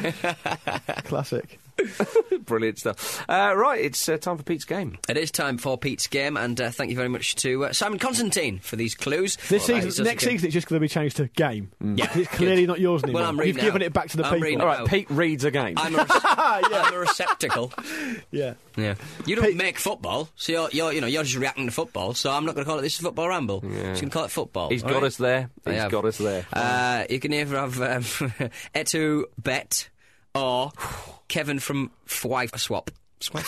C: classic.
A: Brilliant stuff. Uh, right, it's uh, time for Pete's game.
B: It is time for Pete's game, and uh, thank you very much to uh, Simon Constantine for these clues.
C: This
B: Well, that is
C: season,
B: us
C: next
B: again.
C: season, it's just going to be changed to game. Mm.
B: Yeah.
C: It's clearly not yours anymore.
B: Well, I'm
C: You've
B: reading
C: given
B: now.
C: it back to the
B: I'm
C: people.
B: reading
D: All right,
B: now.
D: Pete reads again.
B: I'm a, rec- I'm a receptacle.
C: Yeah.
B: Yeah, you don't
C: Pete-
B: make football, so you're, you're you know you're just reacting to football. So I'm not going to call it this is football ramble. Just going to call it football.
A: He's
B: all
A: got
B: right?
A: us there.
B: I
A: He's
B: have.
A: got us there.
B: Uh, you can either have um, Etu Bet or Kevin from Fwife Swap. Swap.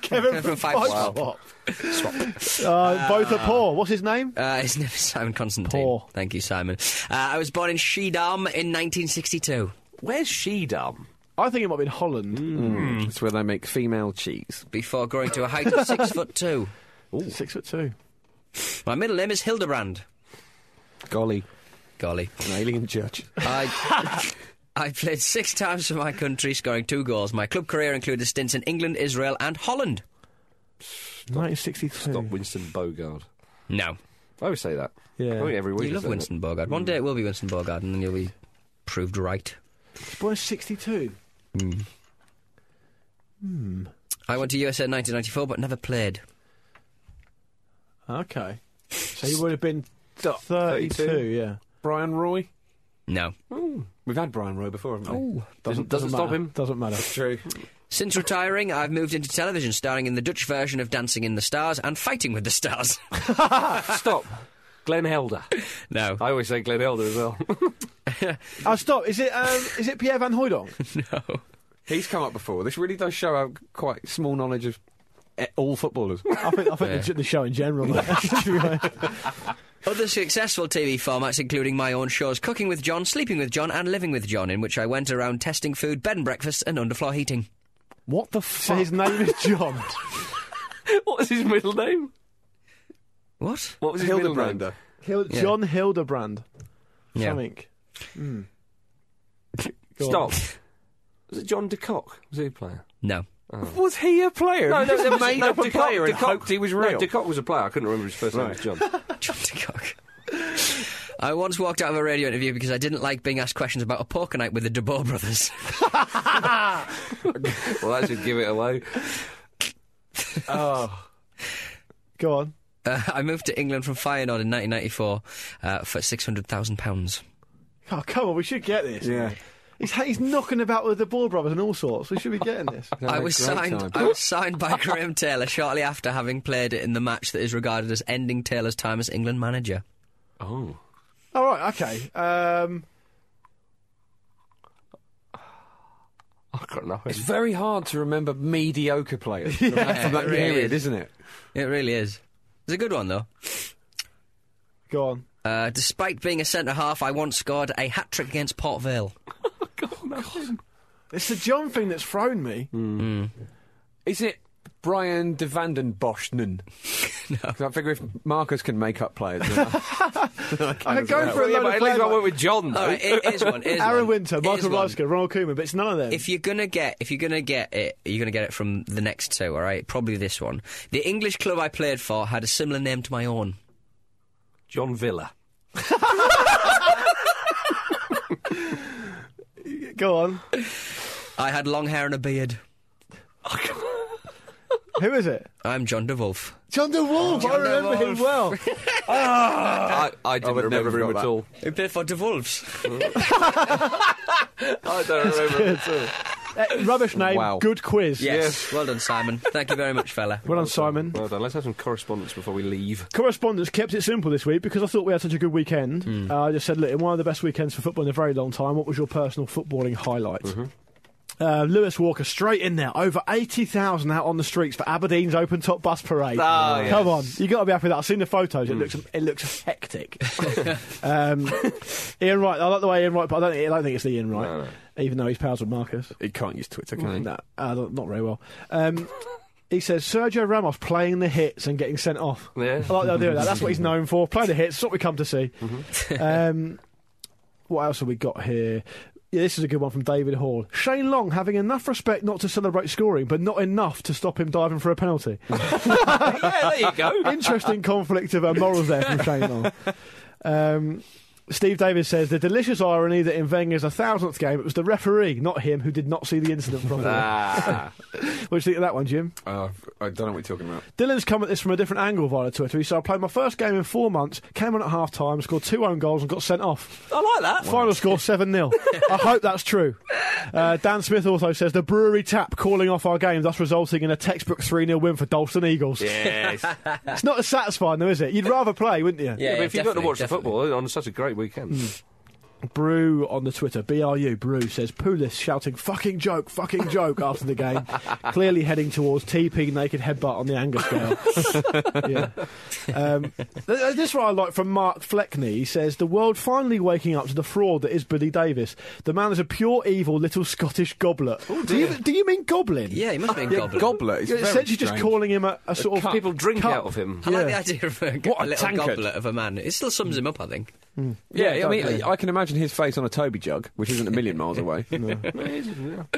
C: Kevin
B: from
C: from
B: Five
C: Five
B: Swap.
C: Swap. Uh, both are poor. What's his name?
B: Uh, his name is Simon Constantine.
C: Poor.
B: Thank you, Simon. Uh, I was born in Schiedam in 1962.
A: Where's she dumb?
C: I think it might be in Holland.
D: Hmm.
B: Hmm.
D: That's where they make female cheese.
B: Before growing to a height of six foot two.
C: Six foot two.
B: My middle name is Hildebrand.
D: Golly,
B: Golly.
D: an alien judge.
B: I, I played six times for my country, scoring two goals. My club career included stints in England, Israel, and Holland.
C: 1962.
A: Stop Winston Bogard.
B: No.
A: I always say that.
C: Oh, Yeah.
A: I think every week.
B: You
A: I
B: love
A: say that.
B: Winston Bogard. One day it will be Winston Bogard, and then you'll be proved right.
C: Born in 62.
B: I went to USA in 1994, but never played.
C: Okay. So he would have been 32, yeah.
D: Brian Roy.
B: No.
D: We've had Brian Roy before, haven't we?
B: Oh.
A: Doesn't, doesn't stop
C: matter.
A: him.
C: Doesn't matter.
D: True.
B: Since retiring, I've moved into television, starring in the Dutch version of Dancing in the Stars and Fighting with the Stars.
A: Stop. Glenn Helder.
B: no.
A: I always say Glenn Helder as well.
C: Oh, stop. Is it um, is it Pierre Van Hooydonk?
D: He's come up before. This really does show our quite small knowledge of eh, all footballers.
C: I think, I think
B: Yeah.
C: the, the show in general. mate.
B: Other successful TV formats, including my own shows Cooking with John, Sleeping with John, and Living with John, in which I went around testing food, bed and breakfast, and underfloor heating.
D: what the
C: so his name is John.
A: what was his middle name?
B: What?
A: What was his middle name?
D: Hildebrander.
C: Hil-
B: Yeah.
C: John Hildebrand.
B: Yeah.
C: Something. Hmm. Go on.
A: Stop. was it John DeCock? Was he a player?
B: No.
D: Was he a player?
A: No,
D: He
A: no,
D: was
A: there was
D: made
A: no,
D: up a
A: DeCock-
D: player and
A: DeCock-
D: hoped he was
A: no,
D: real.
A: DeCock was a player. I couldn't remember his first name. It was John.
B: John DeCock. I once walked out of a radio interview because I didn't like being asked questions about a poker night with the DeBoer brothers.
A: well, that should give it away.
C: Go on.
B: Uh, I moved to England from Feyenoord in 1994 uh, for £600,000.
C: Oh, come on. We should get this.
D: yeah.
C: He's, he's knocking about with the Ball Brothers and all sorts. We should be getting this.
B: I was signed. I was signed by Graham Taylor shortly after having played in the match that is regarded as ending Taylor's time as England manager.
A: Oh.
C: All right. Okay. Um,
A: I can't know.
D: It's very hard to remember mediocre players from that, from that
B: it really
D: period,
B: is.
D: is. not it?
B: It really is. It's a good one though.
C: go on.
B: Uh, despite being a centre half, I once scored a hat trick against Port Vale.
C: It's the John thing that's thrown me.
D: Is it Brian de Vanden Boschnen? no. I figure if Marcus can make up players, then
C: I could go for a
A: Well, yeah, but
C: load
A: at
C: of
A: least I
C: players
A: went
C: like
A: with John. though.
B: All right, it is one. It is
C: Aaron
B: one.
C: Winter,
B: It
C: Michael
B: is one.
C: Roscoe, Ronald Koeman, but it's none of them.
B: If you're gonna get, if you're gonna get it, you're gonna get it from the next two. All right, probably this one. The English club I played for had a similar name to my own.
A: John Villa.
C: Go on.
B: I had long hair and a beard.
C: Who is it?
B: I'm John DeWolf.
C: John DeWolf. I remember him well.
B: Uh,
A: I, I didn't
D: would never
A: remember him
D: got
A: at
D: that.
A: all.
B: Who played for DeWolves?
A: I don't remember him at all.
C: Eh, Rubbish name.
D: Wow.
C: Good quiz.
B: Yes. well done, Simon. Thank you very much, fella.
C: Well done, Simon.
A: Well done. Let's have some correspondence before we leave.
C: Correspondence kept it simple this week because I thought we had such a good weekend. Uh, I just said, look, in one of the best weekends for football in a very long time, what was your personal footballing highlight? Uh, Lewis Walker straight in there, over 80,000 out on the streets for Aberdeen's open top bus parade.
B: Oh,
A: Ah,
C: Come on, you got to be happy with that. I've seen the photos, it, looks, it looks hectic. um, Ian Wright, I like the way Ian Wright, but I don't, think- I don't think it's the Ian Wright, even though he's pals with Marcus.
D: he can't use Twitter, can he?
C: No, uh, not not very well. Um, he says Sergio Ramos playing the hits and getting sent off.
A: Yeah.
C: I like the idea of that. That's what he's known for. Play the hits. That's what we come to see.
A: Mm-hmm.
C: um, what else have we got here? Yeah, this is a good one from David Hall. Shane Long having enough respect not to celebrate scoring, but not enough to stop him diving for a penalty.
A: yeah, there you go.
C: Interesting conflict of uh, morals there from Shane Long. Um, Steve Davis says the delicious irony that in Wenger's a thousandth game, it was the referee, not him, who did not see the incident properly.
D: Ah.
C: What do you think of that one, Jim?
D: Oh, I don't know what you're talking about.
C: Dylan's come at this from a different angle via Twitter. He said, I played my first game in four months, came on at half time, scored two own goals, and got sent off.
A: I like that.
C: Final score 7 0. I hope that's true. Uh, Dan Smith also says, The brewery tap calling off our game, thus resulting in a textbook 3 0 win for Dalston Eagles.
A: Yes. yeah, but
C: It's not as satisfying, though, is it? You'd rather play, wouldn't you?
B: Yeah,
A: if you've got to
B: definitely,
A: watch the
B: definitely.
A: football on such a great weekend.
C: Brew on the Twitter, BRU, Brew says, Pulis shouting, fucking joke, fucking joke after the game, clearly heading towards TP naked headbutt on the anger scale. yeah. um, th- th- this one I like from Mark Fleckney. He says, The world finally waking up to the fraud that is Billy Davis. The man is a pure evil little Scottish goblet. do, you, do you mean goblin?
B: Yeah, he must be a goblin.
D: Goblet is
C: You're
D: very
C: essentially just
D: strange.
C: calling him a, a sort of.
A: People drink
C: Cup.
A: out of him.
B: I like the idea of a,
D: What a
B: a little
D: tankard.
B: goblet of a man. It still sums him up, I think.
D: Yeah,
C: Yeah,
D: I mean,
C: exactly.
D: I can imagine his face on a Toby jug, which isn't a million miles away.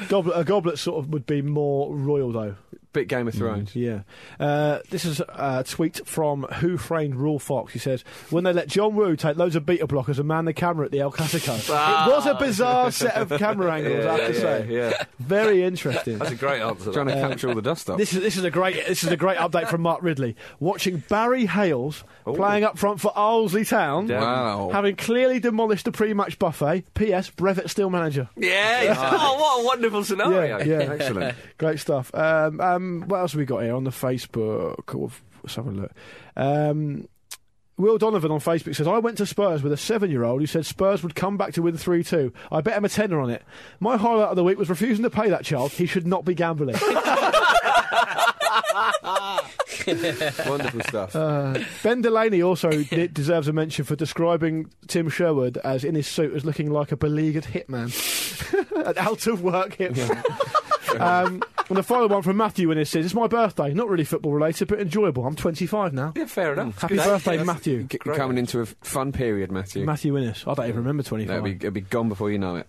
C: Goblet, a goblet sort of would be more royal, though.
D: Bit Game of Thrones.
C: Yeah. Uh, this is a tweet from Who Framed Rule Fox. He says, When they let John Woo take loads of beta blockers and man the camera at the El Clasico. it was a bizarre set of camera angles, I have to say.
A: yeah.
C: Very interesting.
A: That's a great answer.
D: Trying
A: that.
D: to capture all the dust up.
C: Uh, This is this is a great this is a great update from Mark Ridley. Watching Barry Hales playing up front for Owlsley Town,
A: Yeah.
D: wow.
C: having clearly demolished the pre-match buffet. P.S. Brevet still manager.
A: Yeah. oh, what a wonderful scenario.
C: Yeah, yeah.
D: Excellent.
C: Great stuff. Um, um, what else have we got here on the Facebook? Oh, Let's have a look. Um, Will Donovan on Facebook says, I went to Spurs with a seven year old who said Spurs would come back to win 3 2. I bet him a tenner on it. My highlight of the week was refusing to pay that child. He should not be gambling.
D: Wonderful stuff.
C: Uh, ben Delaney also de- deserves a mention for describing Tim Sherwood as in his suit as looking like a beleaguered hitman, an out of work hitman. um, and the final one from Matthew in his says, "It's my birthday. Not really football related, but enjoyable. I'm 25 now.
A: Yeah, fair enough.
C: Happy birthday, Matthew."
D: C- coming into a f- fun period, Matthew.
C: Matthew Innes. I don't even remember 25.
D: It'll be, it'll be gone before you know it.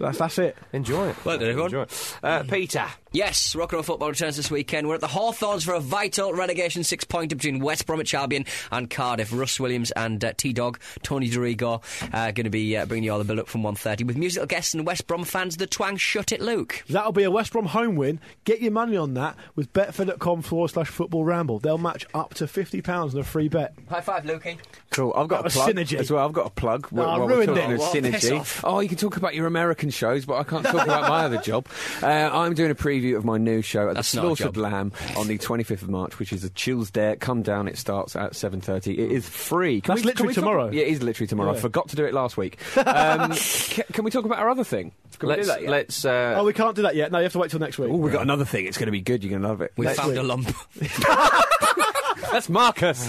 C: That's, that's it.
A: Enjoy it.
B: Well done, everyone.
A: Enjoy it. Uh, Peter.
B: Yes, Rock and Roll Football returns this weekend. We're at the Hawthorns for a vital relegation six-pointer between West Bromwich Albion and Cardiff. Russ Williams and uh, T-Dog, Tony DiRigo, uh, going to be uh, bringing you all the build-up from 1.30 with musical guests and West Brom fans, the twang Shut It Luke.
C: That'll be a West Brom home win. Get your money on that with betfair.com forward slash football ramble. They'll match up to £50 in a free bet.
B: High five, Lukey.
D: Cool. I've got
C: That was
D: a plug
C: synergy.
D: as well. I've got a plug. wh-
C: No, I
D: while we're
C: ruined
D: talking
C: it.
D: of
B: Well, piss
D: synergy.
B: off.
D: Oh, you can talk about your American shows, but I can't talk about my other job. Uh, I'm doing a preview of my new show at
B: That's
D: the
B: not a
D: Slaughtered
B: job.
D: Lamb on the 25th of March, which is a Chills Dare. Come down. It starts at 7:30. It is free. Can
C: That's
D: we- can
C: literally
D: we talk-
C: tomorrow.
D: Yeah, it is literally tomorrow. I
C: Yeah.
D: forgot to do it last week. Um, ca- can we talk about our other thing? Can
A: Let's
D: we do that? yet?
A: let's. Uh,
C: Oh, we can't do that yet. No, you have to wait till next week.
D: Oh, we got another thing. It's going to be good. You're going to love it.
B: We found
C: week.
B: a lump.
D: That's
C: Oh,
D: Marcus.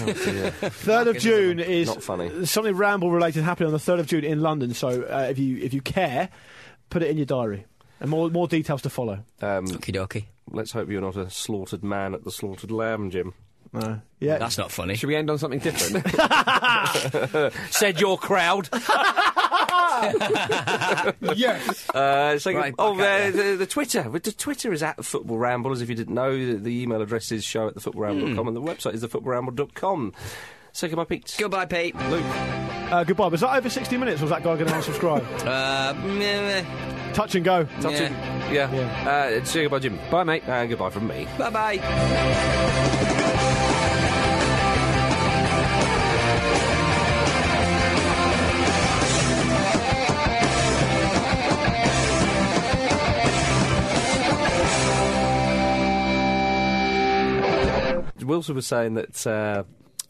C: Third of June is
A: Not funny.
C: Something ramble related happening on the third of June in London. So uh, if you if you care, put it in your diary, and more more details to follow.
A: um,
B: Okie dokie.
A: let's hope you're not a slaughtered man at the slaughtered lamb, Jim.
C: No, yeah,
B: That's not funny.
D: Should we end on something different?
A: Said your crowd.
C: yes.
A: Uh, so
B: Right,
A: oh,
B: back at
A: uh, the, the Twitter. The Twitter is at Football Ramble, as if you didn't know. The, the email address is show at thefootballramble.com, and the website is thefootballramble.com. So goodbye, Pete.
B: Goodbye, Pete.
A: Luke.
C: Uh, goodbye. Was that over sixty minutes? Or was that guy going to unsubscribe?
B: Uh, meh, meh.
C: Touch and go.
A: Talk to- Yeah. Uh, say goodbye, Jim.
D: Bye, mate.
A: And goodbye from me.
B: Bye-bye.
A: Wilson was saying that uh,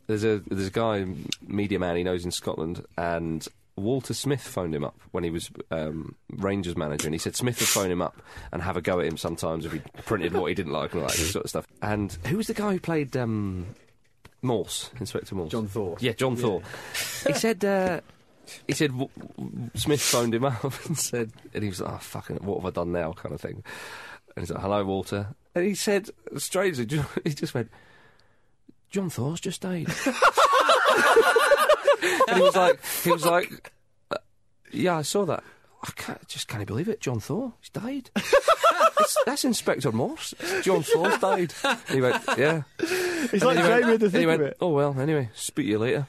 A: there's a there's a guy, media man he knows in Scotland, and Walter Smith phoned him up when he was um, Rangers manager, and he said Smith would phone him up and have a go at him sometimes if he printed what he didn't like and all that sort of stuff. And who was the guy who played um, Morse, Inspector Morse? John Thor. Yeah, John Thor. He said. Uh, he said w- w- Smith phoned him up and said, and he was like, "Oh fucking, what have I done now?" kind of thing. And he's like, "Hello, Walter." And he said, strangely, ju- he just went, "John Thor's just died." and he was like, he was like, "Uh, "Yeah, I saw that. I can't, just can't believe it. John Thor, he's died." It's- that's Inspector Morse. It's John Thor's died. And he went, "Yeah."
C: It's like Jamie had to
A: And he oh,
C: think of
A: went,
C: it.
A: "Oh well." Anyway, speak to you later.